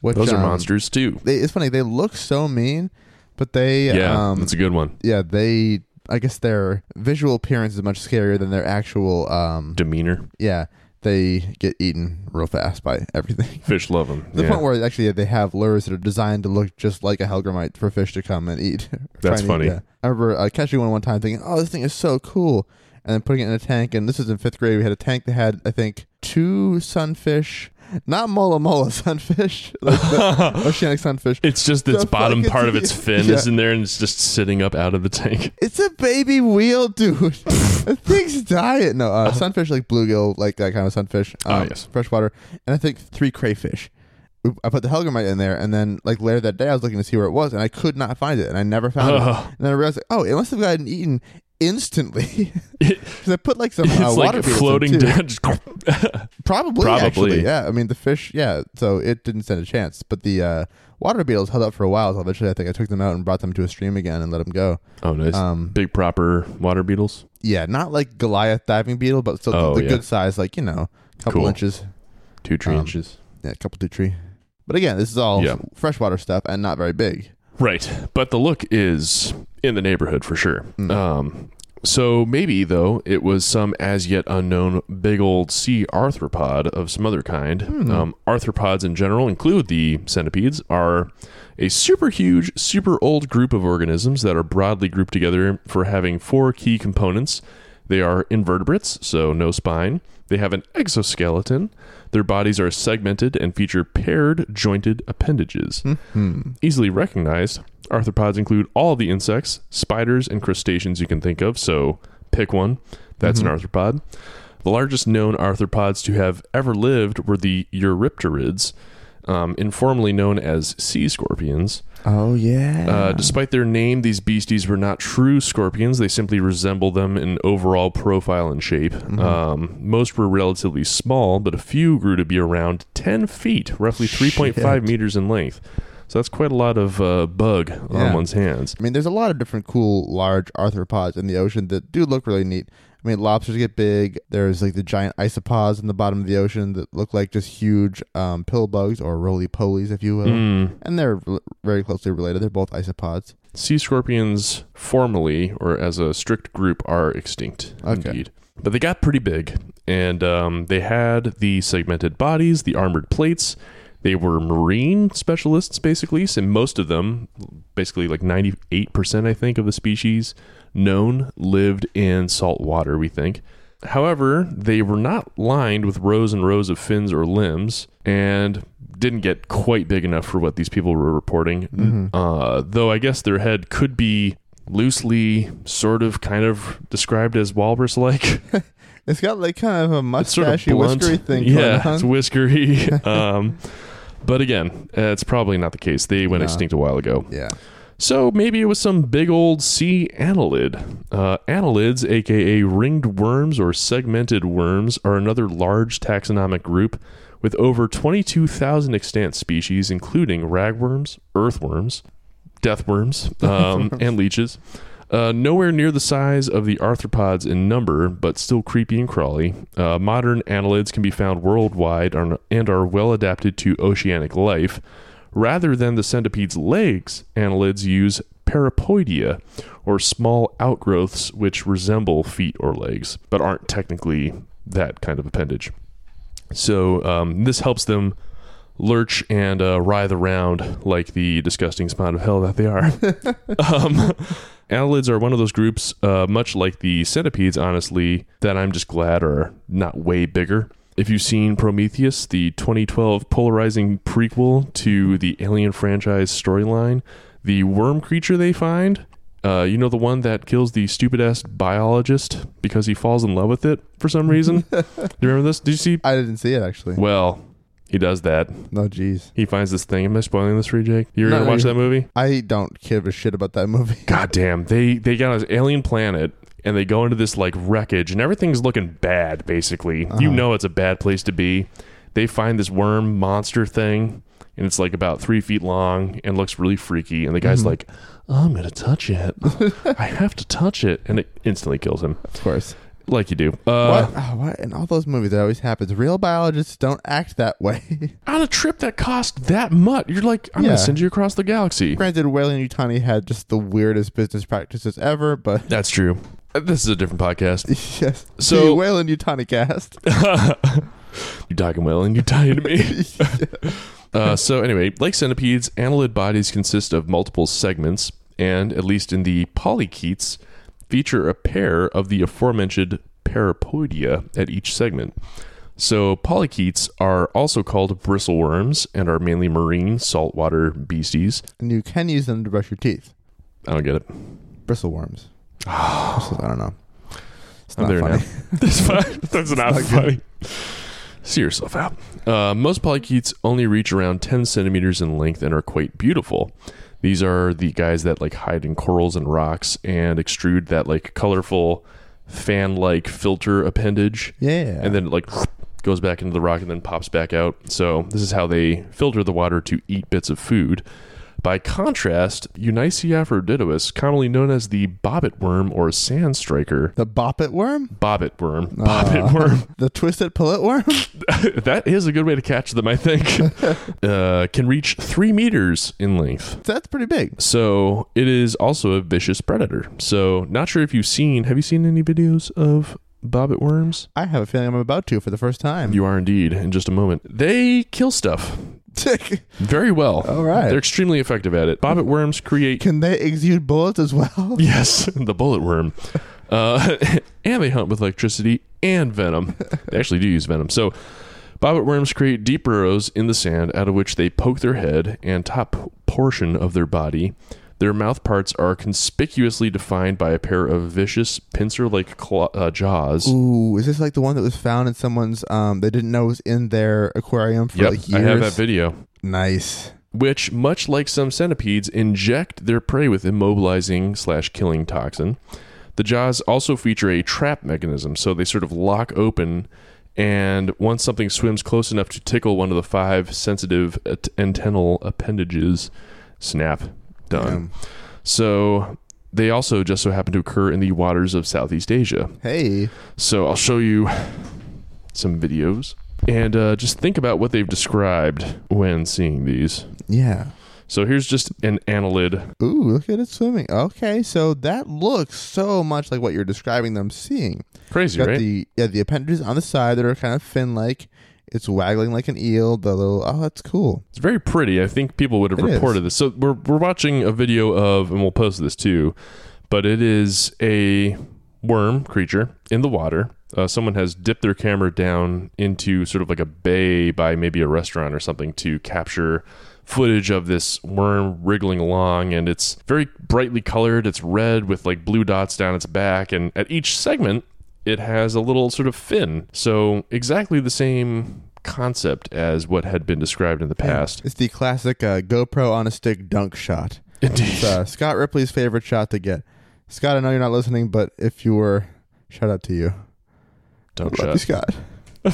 Speaker 1: Which,
Speaker 2: Mm, mm-hmm. Those are
Speaker 1: um,
Speaker 2: monsters too.
Speaker 1: They, it's funny. They look so mean, but they
Speaker 2: Yeah,
Speaker 1: um,
Speaker 2: that's a good one.
Speaker 1: yeah they. I guess their visual appearance is much scarier than their actual. Um,
Speaker 2: Demeanor.
Speaker 1: yeah, they get eaten real fast by everything.
Speaker 2: Fish love them.
Speaker 1: The point where actually they have lures that are designed to look just like a helgramite for fish to come and eat. Trying
Speaker 2: That's
Speaker 1: to-
Speaker 2: funny.
Speaker 1: yeah. I remember uh, catching one one time thinking, "Oh, this thing is so cool," and then putting it in a tank. And this is in fifth grade. We had a tank that had, I think, two sunfish, not mola mola sunfish, like the oceanic sunfish.
Speaker 2: it's just its
Speaker 1: The
Speaker 2: bottom
Speaker 1: fuck
Speaker 2: part
Speaker 1: is-
Speaker 2: of its fin
Speaker 1: Yeah.
Speaker 2: is in there and it's just sitting up out of the tank.
Speaker 1: It's a baby wheel, dude. the thing's diet. No, uh, sunfish like bluegill, like that kind of sunfish. um,
Speaker 2: Ah, Uh-huh. yes.
Speaker 1: Freshwater. And I think three crayfish. Oop, I put the Helgramite in there, and then like later that day, I was looking to see where it was, and I could not find it, and I never found it.
Speaker 2: Ugh.
Speaker 1: And then I realized, like, oh, it must have gotten eaten instantly
Speaker 2: It-
Speaker 1: because I put like some
Speaker 2: it's
Speaker 1: uh, water
Speaker 2: like
Speaker 1: beaters in,
Speaker 2: floating
Speaker 1: too.
Speaker 2: down. just-
Speaker 1: Probably,
Speaker 2: Probably.
Speaker 1: actually, yeah. I mean, the fish, yeah. So it didn't stand a chance, but the uh, water beetles held up for a while. So eventually, I think I took them out and brought them to a stream again and let them go.
Speaker 2: Oh, nice.
Speaker 1: Um,
Speaker 2: Big proper water beetles.
Speaker 1: Yeah, not like Goliath diving beetle, but still
Speaker 2: Oh,
Speaker 1: the
Speaker 2: yeah.
Speaker 1: good size, like you know, couple
Speaker 2: Cool.
Speaker 1: inches,
Speaker 2: Two, three
Speaker 1: Um,
Speaker 2: inches.
Speaker 1: yeah, couple two tree. But again, this is all
Speaker 2: Yeah.
Speaker 1: freshwater stuff and not very big.
Speaker 2: Right. But the look is in the neighborhood for sure. Um, so maybe, though, it was some as yet unknown big old sea arthropod of some other kind. Um, arthropods in general include the centipedes, are a super huge, super old group of organisms that are broadly grouped together for having four key components. They are invertebrates, so no spine. They have an exoskeleton. Their bodies are segmented and feature paired jointed appendages. Easily recognized, arthropods include all the insects, spiders, and crustaceans you can think of, so pick one. That's an arthropod. The largest known arthropods to have ever lived were the Eurypterids, um, informally known as sea scorpions.
Speaker 1: Oh yeah,
Speaker 2: Uh, despite their name, these beasties were not true scorpions. They simply resemble them in overall profile and shape.
Speaker 1: Mm-hmm.
Speaker 2: Um, most were relatively small, but a few grew to be around 10 feet, roughly 3.5 meters in length. So that's quite a lot of uh, bug
Speaker 1: Yeah.
Speaker 2: on one's hands.
Speaker 1: I mean, there's a lot of different cool large arthropods in the ocean that do look really neat. I mean, lobsters get big. There's like the giant isopods in the bottom of the ocean that look like just huge um, pill bugs or roly polies, if you will.
Speaker 2: Mm.
Speaker 1: And they're re- very closely related. They're both isopods.
Speaker 2: Sea scorpions, formally or as a strict group, are extinct.
Speaker 1: Okay.
Speaker 2: Indeed. But they got pretty big, and um, they had the segmented bodies, the armored plates. They were marine specialists, basically, so most of them, basically like 98%, I think, of the species known lived in salt water, we think. However, they were not lined with rows and rows of fins or limbs and didn't get quite big enough for what these people were reporting. Uh, though I guess their head could be loosely, sort of, kind of described as walrus like.
Speaker 1: It's got like kind of a
Speaker 2: It's sort of
Speaker 1: mustachy,
Speaker 2: blunt.
Speaker 1: whiskery thing
Speaker 2: Yeah,
Speaker 1: going on.
Speaker 2: it's whiskery. um, but again, uh, it's probably not the case. They went
Speaker 1: No.
Speaker 2: extinct a while ago.
Speaker 1: yeah.
Speaker 2: So maybe it was some big old sea annelid. Uh, annelids, aka ringed worms or segmented worms, are another large taxonomic group with over 22,000 extant species, including ragworms, earthworms, deathworms, um, and leeches. Uh, nowhere near the size of the arthropods in number, but still creepy and crawly. Uh, modern annelids can be found worldwide and- and are well adapted to oceanic life. Rather than the centipede's legs, annelids use parapoidia, or small outgrowths which resemble feet or legs, but aren't technically that kind of appendage. So um, this helps them lurch and uh, writhe around like the disgusting spawn of hell that they are. um, annelids are one of those groups, uh, much like the centipedes, honestly, that I'm just glad are not way bigger. If you've seen Prometheus, the 2012 polarizing prequel to the Alien franchise storyline, the worm creature they find, uh, you know the one that kills the stupid ass biologist because he falls in love with it for some reason? Do you remember this? Did you see?
Speaker 1: I didn't see it actually.
Speaker 2: Well, he does that.
Speaker 1: No, jeez.
Speaker 2: He finds this thing. Am I spoiling this for you, Jake? You're
Speaker 1: No,
Speaker 2: gonna
Speaker 1: no,
Speaker 2: watch
Speaker 1: you-
Speaker 2: that movie?
Speaker 1: I don't give a shit about that movie.
Speaker 2: God damn! They they got on this alien planet and they go into this like wreckage and everything's looking bad. Basically,
Speaker 1: Uh-huh.
Speaker 2: you know it's a bad place to be. They find this worm monster thing and it's like about three feet long and looks really freaky. And the
Speaker 1: Mm-hmm.
Speaker 2: guy's like, "I'm gonna touch it. I have to touch it," and it instantly kills him,
Speaker 1: Of course.
Speaker 2: like you do. Uh,
Speaker 1: what? Oh, what? In all those movies, that always happens. Real biologists don't act that way.
Speaker 2: On a trip that cost that much, you're like, "I'm
Speaker 1: Yeah.
Speaker 2: gonna send you across the galaxy."
Speaker 1: Granted, Whalen and Utani had just the weirdest business practices ever, but
Speaker 2: That's true. Uh, This is a different podcast.
Speaker 1: yes.
Speaker 2: So-
Speaker 1: the Whalen Utani cast.
Speaker 2: you talking well and you tired of me. uh, so anyway, like centipedes, annelid bodies consist of multiple segments, and at least in the polychetes, feature a pair of the aforementioned parapodia at each segment. So polychetes are also called bristleworms and are mainly marine saltwater beasties.
Speaker 1: and you can use them to brush your teeth.
Speaker 2: I don't get it.
Speaker 1: Bristleworms. Bristles, I don't know. It's
Speaker 2: I'm
Speaker 1: not
Speaker 2: there
Speaker 1: funny.
Speaker 2: That's fine. That's not funny. See yourself out. Uh, most polychaetes only reach around 10 centimeters in length and are quite beautiful. These are the guys that like hide in corals and rocks and extrude that like colorful fan-like filter appendage,
Speaker 1: Yeah.
Speaker 2: and then it, like goes back into the rock and then pops back out. So this is how they filter the water to eat bits of food. By contrast, Eunycia aphroditidus, commonly known as the bobbit worm or sand striker,
Speaker 1: the boppet worm?
Speaker 2: Bobbit worm. Bobbit worm.
Speaker 1: The twisted pullet worm?
Speaker 2: that is a good way to catch them, I think. uh, can reach three meters in length.
Speaker 1: That's pretty big.
Speaker 2: So it is also a vicious predator. So not sure if you've seen. Have you seen any videos of bobbit worms?
Speaker 1: I have a feeling I'm about to for the first time.
Speaker 2: You are indeed. In just a moment, they kill stuff very well.
Speaker 1: All right.
Speaker 2: They're extremely effective at it. Bobbit worms create
Speaker 1: Can they exude bullets as well?
Speaker 2: Yes, the bullet worm. Uh, and they hunt with electricity and venom. They actually do use venom. So, bobbit worms create deep burrows in the sand out of which they poke their head and top portion of their body. Their mouth parts are conspicuously defined by a pair of vicious pincer like claw- uh, jaws.
Speaker 1: Ooh, is this like the one that was found in someone's um they didn't know was in their aquarium for
Speaker 2: Yep,
Speaker 1: like
Speaker 2: I
Speaker 1: years?
Speaker 2: have that video.
Speaker 1: nice.
Speaker 2: which, much like some centipedes, inject their prey with immobilizing slash killing toxin. The jaws also feature a trap mechanism, so they sort of lock open, and once something swims close enough to tickle one of the five sensitive at- antennal appendages, snap, done.
Speaker 1: Um,
Speaker 2: So they also just so happen to occur in the waters of Southeast Asia.
Speaker 1: hey.
Speaker 2: So I'll show you some videos. And uh, just think about what they've described when seeing these.
Speaker 1: Yeah.
Speaker 2: So here's just an annelid.
Speaker 1: Ooh, look at it swimming. Okay, so that looks so much like what you're describing them seeing.
Speaker 2: Crazy,
Speaker 1: got
Speaker 2: right?
Speaker 1: the yeah the appendages on the side that are kind of fin like. It's waggling like an eel. The little oh, that's cool.
Speaker 2: it's very pretty. I think people would have
Speaker 1: It is.
Speaker 2: reported this. So we're we're watching a video of, and we'll post this too, but it is a worm creature in the water. Uh, someone has dipped their camera down into sort of like a bay by maybe a restaurant or something to capture footage of this worm wriggling along and it's very brightly colored it's red with like blue dots down its back and at each segment it has a little sort of fin so exactly the same concept as what had been described in the past
Speaker 1: It's the classic uh, GoPro on a stick dunk shot.
Speaker 2: Indeed.
Speaker 1: It's uh, Scott Ripley's favorite shot to get. Scott, I know you're not listening, but if you were, shout out to you.
Speaker 2: Don't
Speaker 1: What about you,
Speaker 2: shut.
Speaker 1: Scott?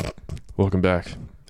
Speaker 2: Welcome back.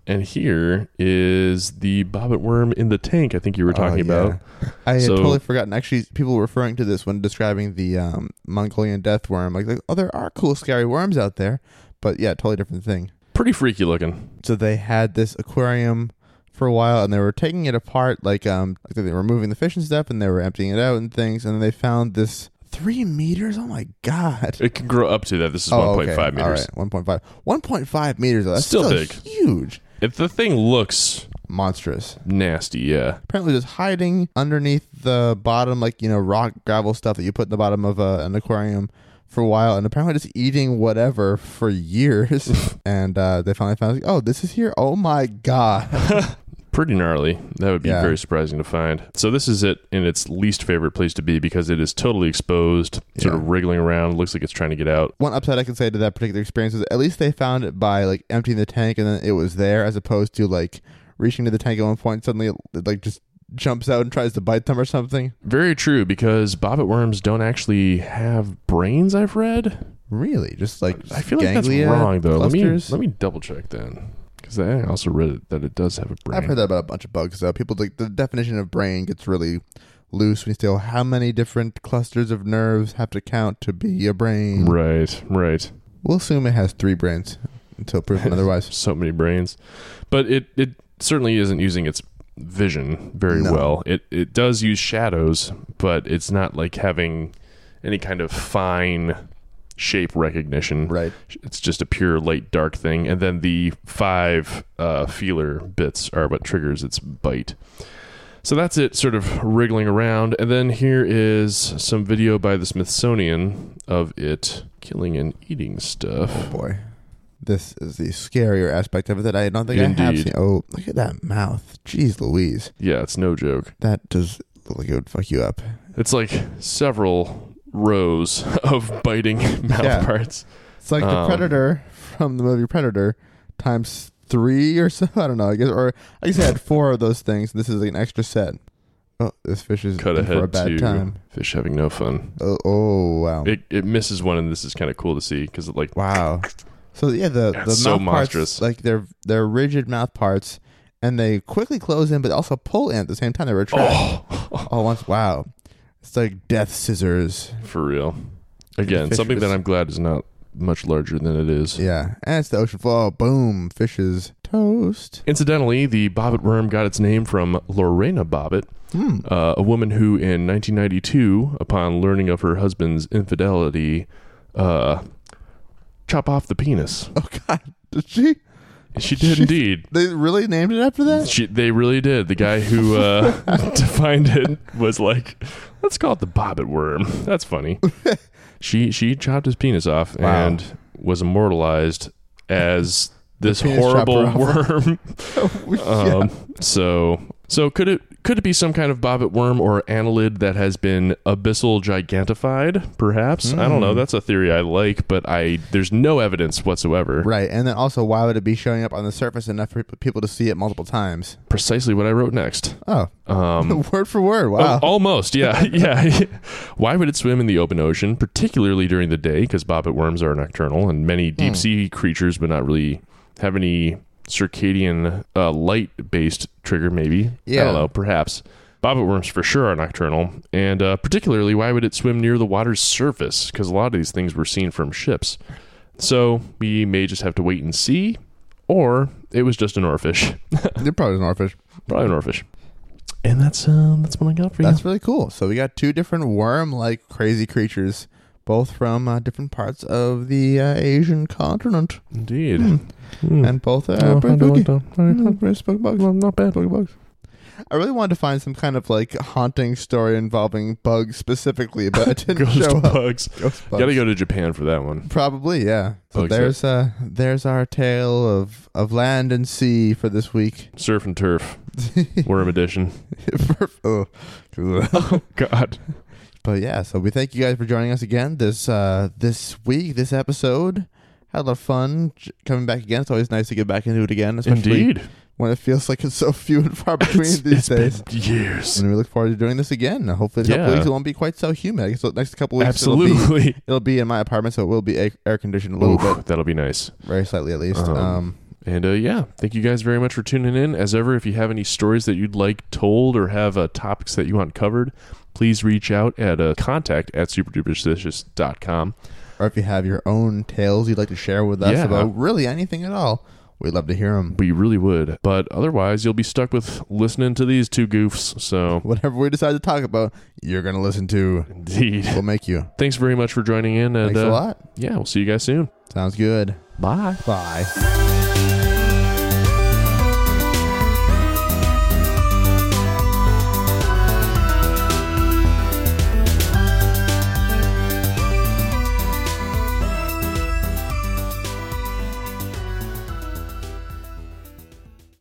Speaker 2: And here is the bobbit worm in the tank. I think you were talking
Speaker 1: Oh, yeah.
Speaker 2: about.
Speaker 1: I had
Speaker 2: So-
Speaker 1: totally forgotten. Actually, people were referring to this when describing the um, Mongolian death worm. Like, like, oh, there are cool, scary worms out there, but yeah, totally different thing.
Speaker 2: Pretty freaky looking.
Speaker 1: so they had this aquarium for a while and they were taking it apart like um like they were removing the fish and stuff and they were emptying it out and things and then they found this three meters oh my god
Speaker 2: It can grow up to that. This is
Speaker 1: Oh,
Speaker 2: 1.5
Speaker 1: okay.
Speaker 2: meters.
Speaker 1: All right, 1.5 1.5 meters though, that's
Speaker 2: Still
Speaker 1: still,
Speaker 2: big.
Speaker 1: huge
Speaker 2: If the thing looks
Speaker 1: monstrous.
Speaker 2: Nasty, yeah.
Speaker 1: Apparently, just hiding underneath the bottom, like you know, rock gravel stuff that you put in the bottom of uh, an aquarium for a while, and apparently just eating whatever for years. and uh, they finally found, like, oh, this is here. Oh my god!
Speaker 2: Pretty gnarly. That would be
Speaker 1: Yeah.
Speaker 2: very surprising to find. So this is it in its least favorite place to be because it is totally exposed, sort
Speaker 1: Yeah.
Speaker 2: of wriggling around, looks like it's trying to get out.
Speaker 1: One upside I can say to that particular experience is at least they found it by like emptying the tank and then it was there, as opposed to like reaching to the tank at one point suddenly it, it, like just jumps out and tries to bite them or something.
Speaker 2: Very true because bobbit worms don't actually have brains, I've read.
Speaker 1: Really, just like
Speaker 2: I feel like that's
Speaker 1: ganglia
Speaker 2: wrong though. Let me
Speaker 1: clusters?
Speaker 2: let me double check then because I also read it, that it does have a brain.
Speaker 1: I've heard that about a bunch of bugs though. People like the definition of brain gets really loose when you say "Oh, how many different clusters of nerves have to count to be a brain.
Speaker 2: Right, right.
Speaker 1: We'll assume it has three brains until proven otherwise.
Speaker 2: So many brains, but it it certainly isn't using its vision very
Speaker 1: No.
Speaker 2: well. It it does use shadows, but it's not like having any kind of fine shape recognition.
Speaker 1: Right.
Speaker 2: It's just a pure light dark thing, and then the five uh, feeler bits are what triggers its bite. So that's it, sort of wriggling around. And then here is some video by the Smithsonian of it killing and eating stuff.
Speaker 1: Boy. This is the scarier aspect of it that I don't think I have
Speaker 2: Indeed.
Speaker 1: seen. Oh, look at that mouth. Jeez Louise.
Speaker 2: Yeah, it's no joke.
Speaker 1: That does look like it would fuck you up.
Speaker 2: It's like several rows of biting mouth
Speaker 1: Yeah.
Speaker 2: parts.
Speaker 1: It's like the
Speaker 2: Um,
Speaker 1: Predator from the movie Predator times three or so. I don't know. I guess or I guess I had four of those things. This is like an extra set. Oh, this fish is
Speaker 2: Cut
Speaker 1: in for a
Speaker 2: ahead
Speaker 1: bad
Speaker 2: to
Speaker 1: time.
Speaker 2: fish having no fun.
Speaker 1: Oh, oh wow,
Speaker 2: It, it misses one, and this is kind of cool to see because it like
Speaker 1: wow. So yeah, the the mouth
Speaker 2: That's so
Speaker 1: parts
Speaker 2: monstrous.
Speaker 1: like they're they're rigid mouth parts, and they quickly close in, but also pull in at the same time. They retract
Speaker 2: oh
Speaker 1: all at once. Wow, it's like death scissors.
Speaker 2: for real. Again,
Speaker 1: Fish
Speaker 2: something
Speaker 1: was-
Speaker 2: that I'm glad is not much larger than it is.
Speaker 1: Yeah, and it's the ocean floor. boom, fishes toast.
Speaker 2: Incidentally, the bobbit worm got its name from Lorena Bobbitt,
Speaker 1: Hmm.
Speaker 2: uh, a woman who, in 1992, upon learning of her husband's infidelity, uh, chop off the penis.
Speaker 1: Oh God, did she?
Speaker 2: She did indeed.
Speaker 1: They really named it after that?
Speaker 2: She, they really did. The guy who uh, defined it was like, let's call it the bobbit worm. That's funny. She she chopped his penis off
Speaker 1: Wow.
Speaker 2: and was immortalized as this
Speaker 1: penis
Speaker 2: horrible
Speaker 1: chopper
Speaker 2: worm.
Speaker 1: Oh, yeah.
Speaker 2: Um, so so could it could it be some kind of bobbit worm or annelid that has been abyssal gigantified? Perhaps I
Speaker 1: Hmm.
Speaker 2: don't know. That's a theory I like, but I there's no evidence whatsoever.
Speaker 1: Right, and then also, why would it be showing up on the surface enough for people to see it multiple times?
Speaker 2: Precisely what I wrote next.
Speaker 1: Oh,
Speaker 2: Um,
Speaker 1: word for word.
Speaker 2: Oh,
Speaker 1: Wow.
Speaker 2: almost, yeah, yeah. Why would it swim in the open ocean, particularly during the day? Because bobbit worms are nocturnal, and
Speaker 1: Hmm.
Speaker 2: many deep sea creatures would not really have any circadian uh, light based trigger. Maybe I
Speaker 1: Yeah.
Speaker 2: don't know. Perhaps bobbit worms for sure are nocturnal, and uh, particularly why would it swim near the water's surface? Because a lot of these things were seen from ships. So we may just have to wait and see, or it was just an oarfish,
Speaker 1: They're probably an orphish.
Speaker 2: probably an oarfish. And that's um, that's what I got for you.
Speaker 1: That's really cool. So we got two different worm-like crazy creatures, both from uh, different parts of the uh, Asian continent,
Speaker 2: Indeed.
Speaker 1: Hmm.
Speaker 2: Hmm.
Speaker 1: and both
Speaker 2: Oh,
Speaker 1: uh, pretty spooky. Mm, pretty spooky bugs.
Speaker 2: Not bad.
Speaker 1: Spooky bugs. I really wanted to find some kind of like haunting story involving bugs specifically, but it didn't show
Speaker 2: Ghost
Speaker 1: up.
Speaker 2: bugs.
Speaker 1: Ghost bugs.
Speaker 2: Gotta go to Japan for that one.
Speaker 1: Probably, yeah. So
Speaker 2: Bugs
Speaker 1: there's uh there's our tale of of land and sea for this week.
Speaker 2: Surf and turf, worm edition.
Speaker 1: Oh.
Speaker 2: God,
Speaker 1: but yeah, so we thank you guys for joining us again this uh this week, this episode. Had a lot of fun j- coming back again. It's always nice to get back into it again, especially
Speaker 2: indeed.
Speaker 1: when it feels like it's so few and far between
Speaker 2: It's-
Speaker 1: these
Speaker 2: it's
Speaker 1: days.
Speaker 2: been years.
Speaker 1: And we look forward to doing this again. Hopefully, in a couple
Speaker 2: Yeah.
Speaker 1: weeks it won't be quite so humid. I guess the next couple weeks It'll, be,
Speaker 2: Absolutely.
Speaker 1: it'll be in my apartment, so it will be air- air conditioned a little
Speaker 2: Oof,
Speaker 1: bit,
Speaker 2: that'll be nice.
Speaker 1: very slightly at least.
Speaker 2: Um,
Speaker 1: um
Speaker 2: And uh, yeah, thank you guys very much for tuning in. As ever, if you have any stories that you'd like told or have uh, topics that you want covered, please reach out at uh, contact at superduperstitious.com.
Speaker 1: or if you have your own tales you'd like to share with us
Speaker 2: Yeah.
Speaker 1: about really anything at all, we'd love to hear them.
Speaker 2: We really would. But otherwise, you'll be stuck with listening to these two goofs. So,
Speaker 1: Whatever we decide to talk about, you're going to listen to.
Speaker 2: indeed.
Speaker 1: We'll make you.
Speaker 2: Thanks very much for joining in. And
Speaker 1: Thanks a
Speaker 2: uh,
Speaker 1: lot.
Speaker 2: yeah, we'll see you guys soon.
Speaker 1: Sounds good.
Speaker 2: Bye.
Speaker 1: Bye.
Speaker 3: Thank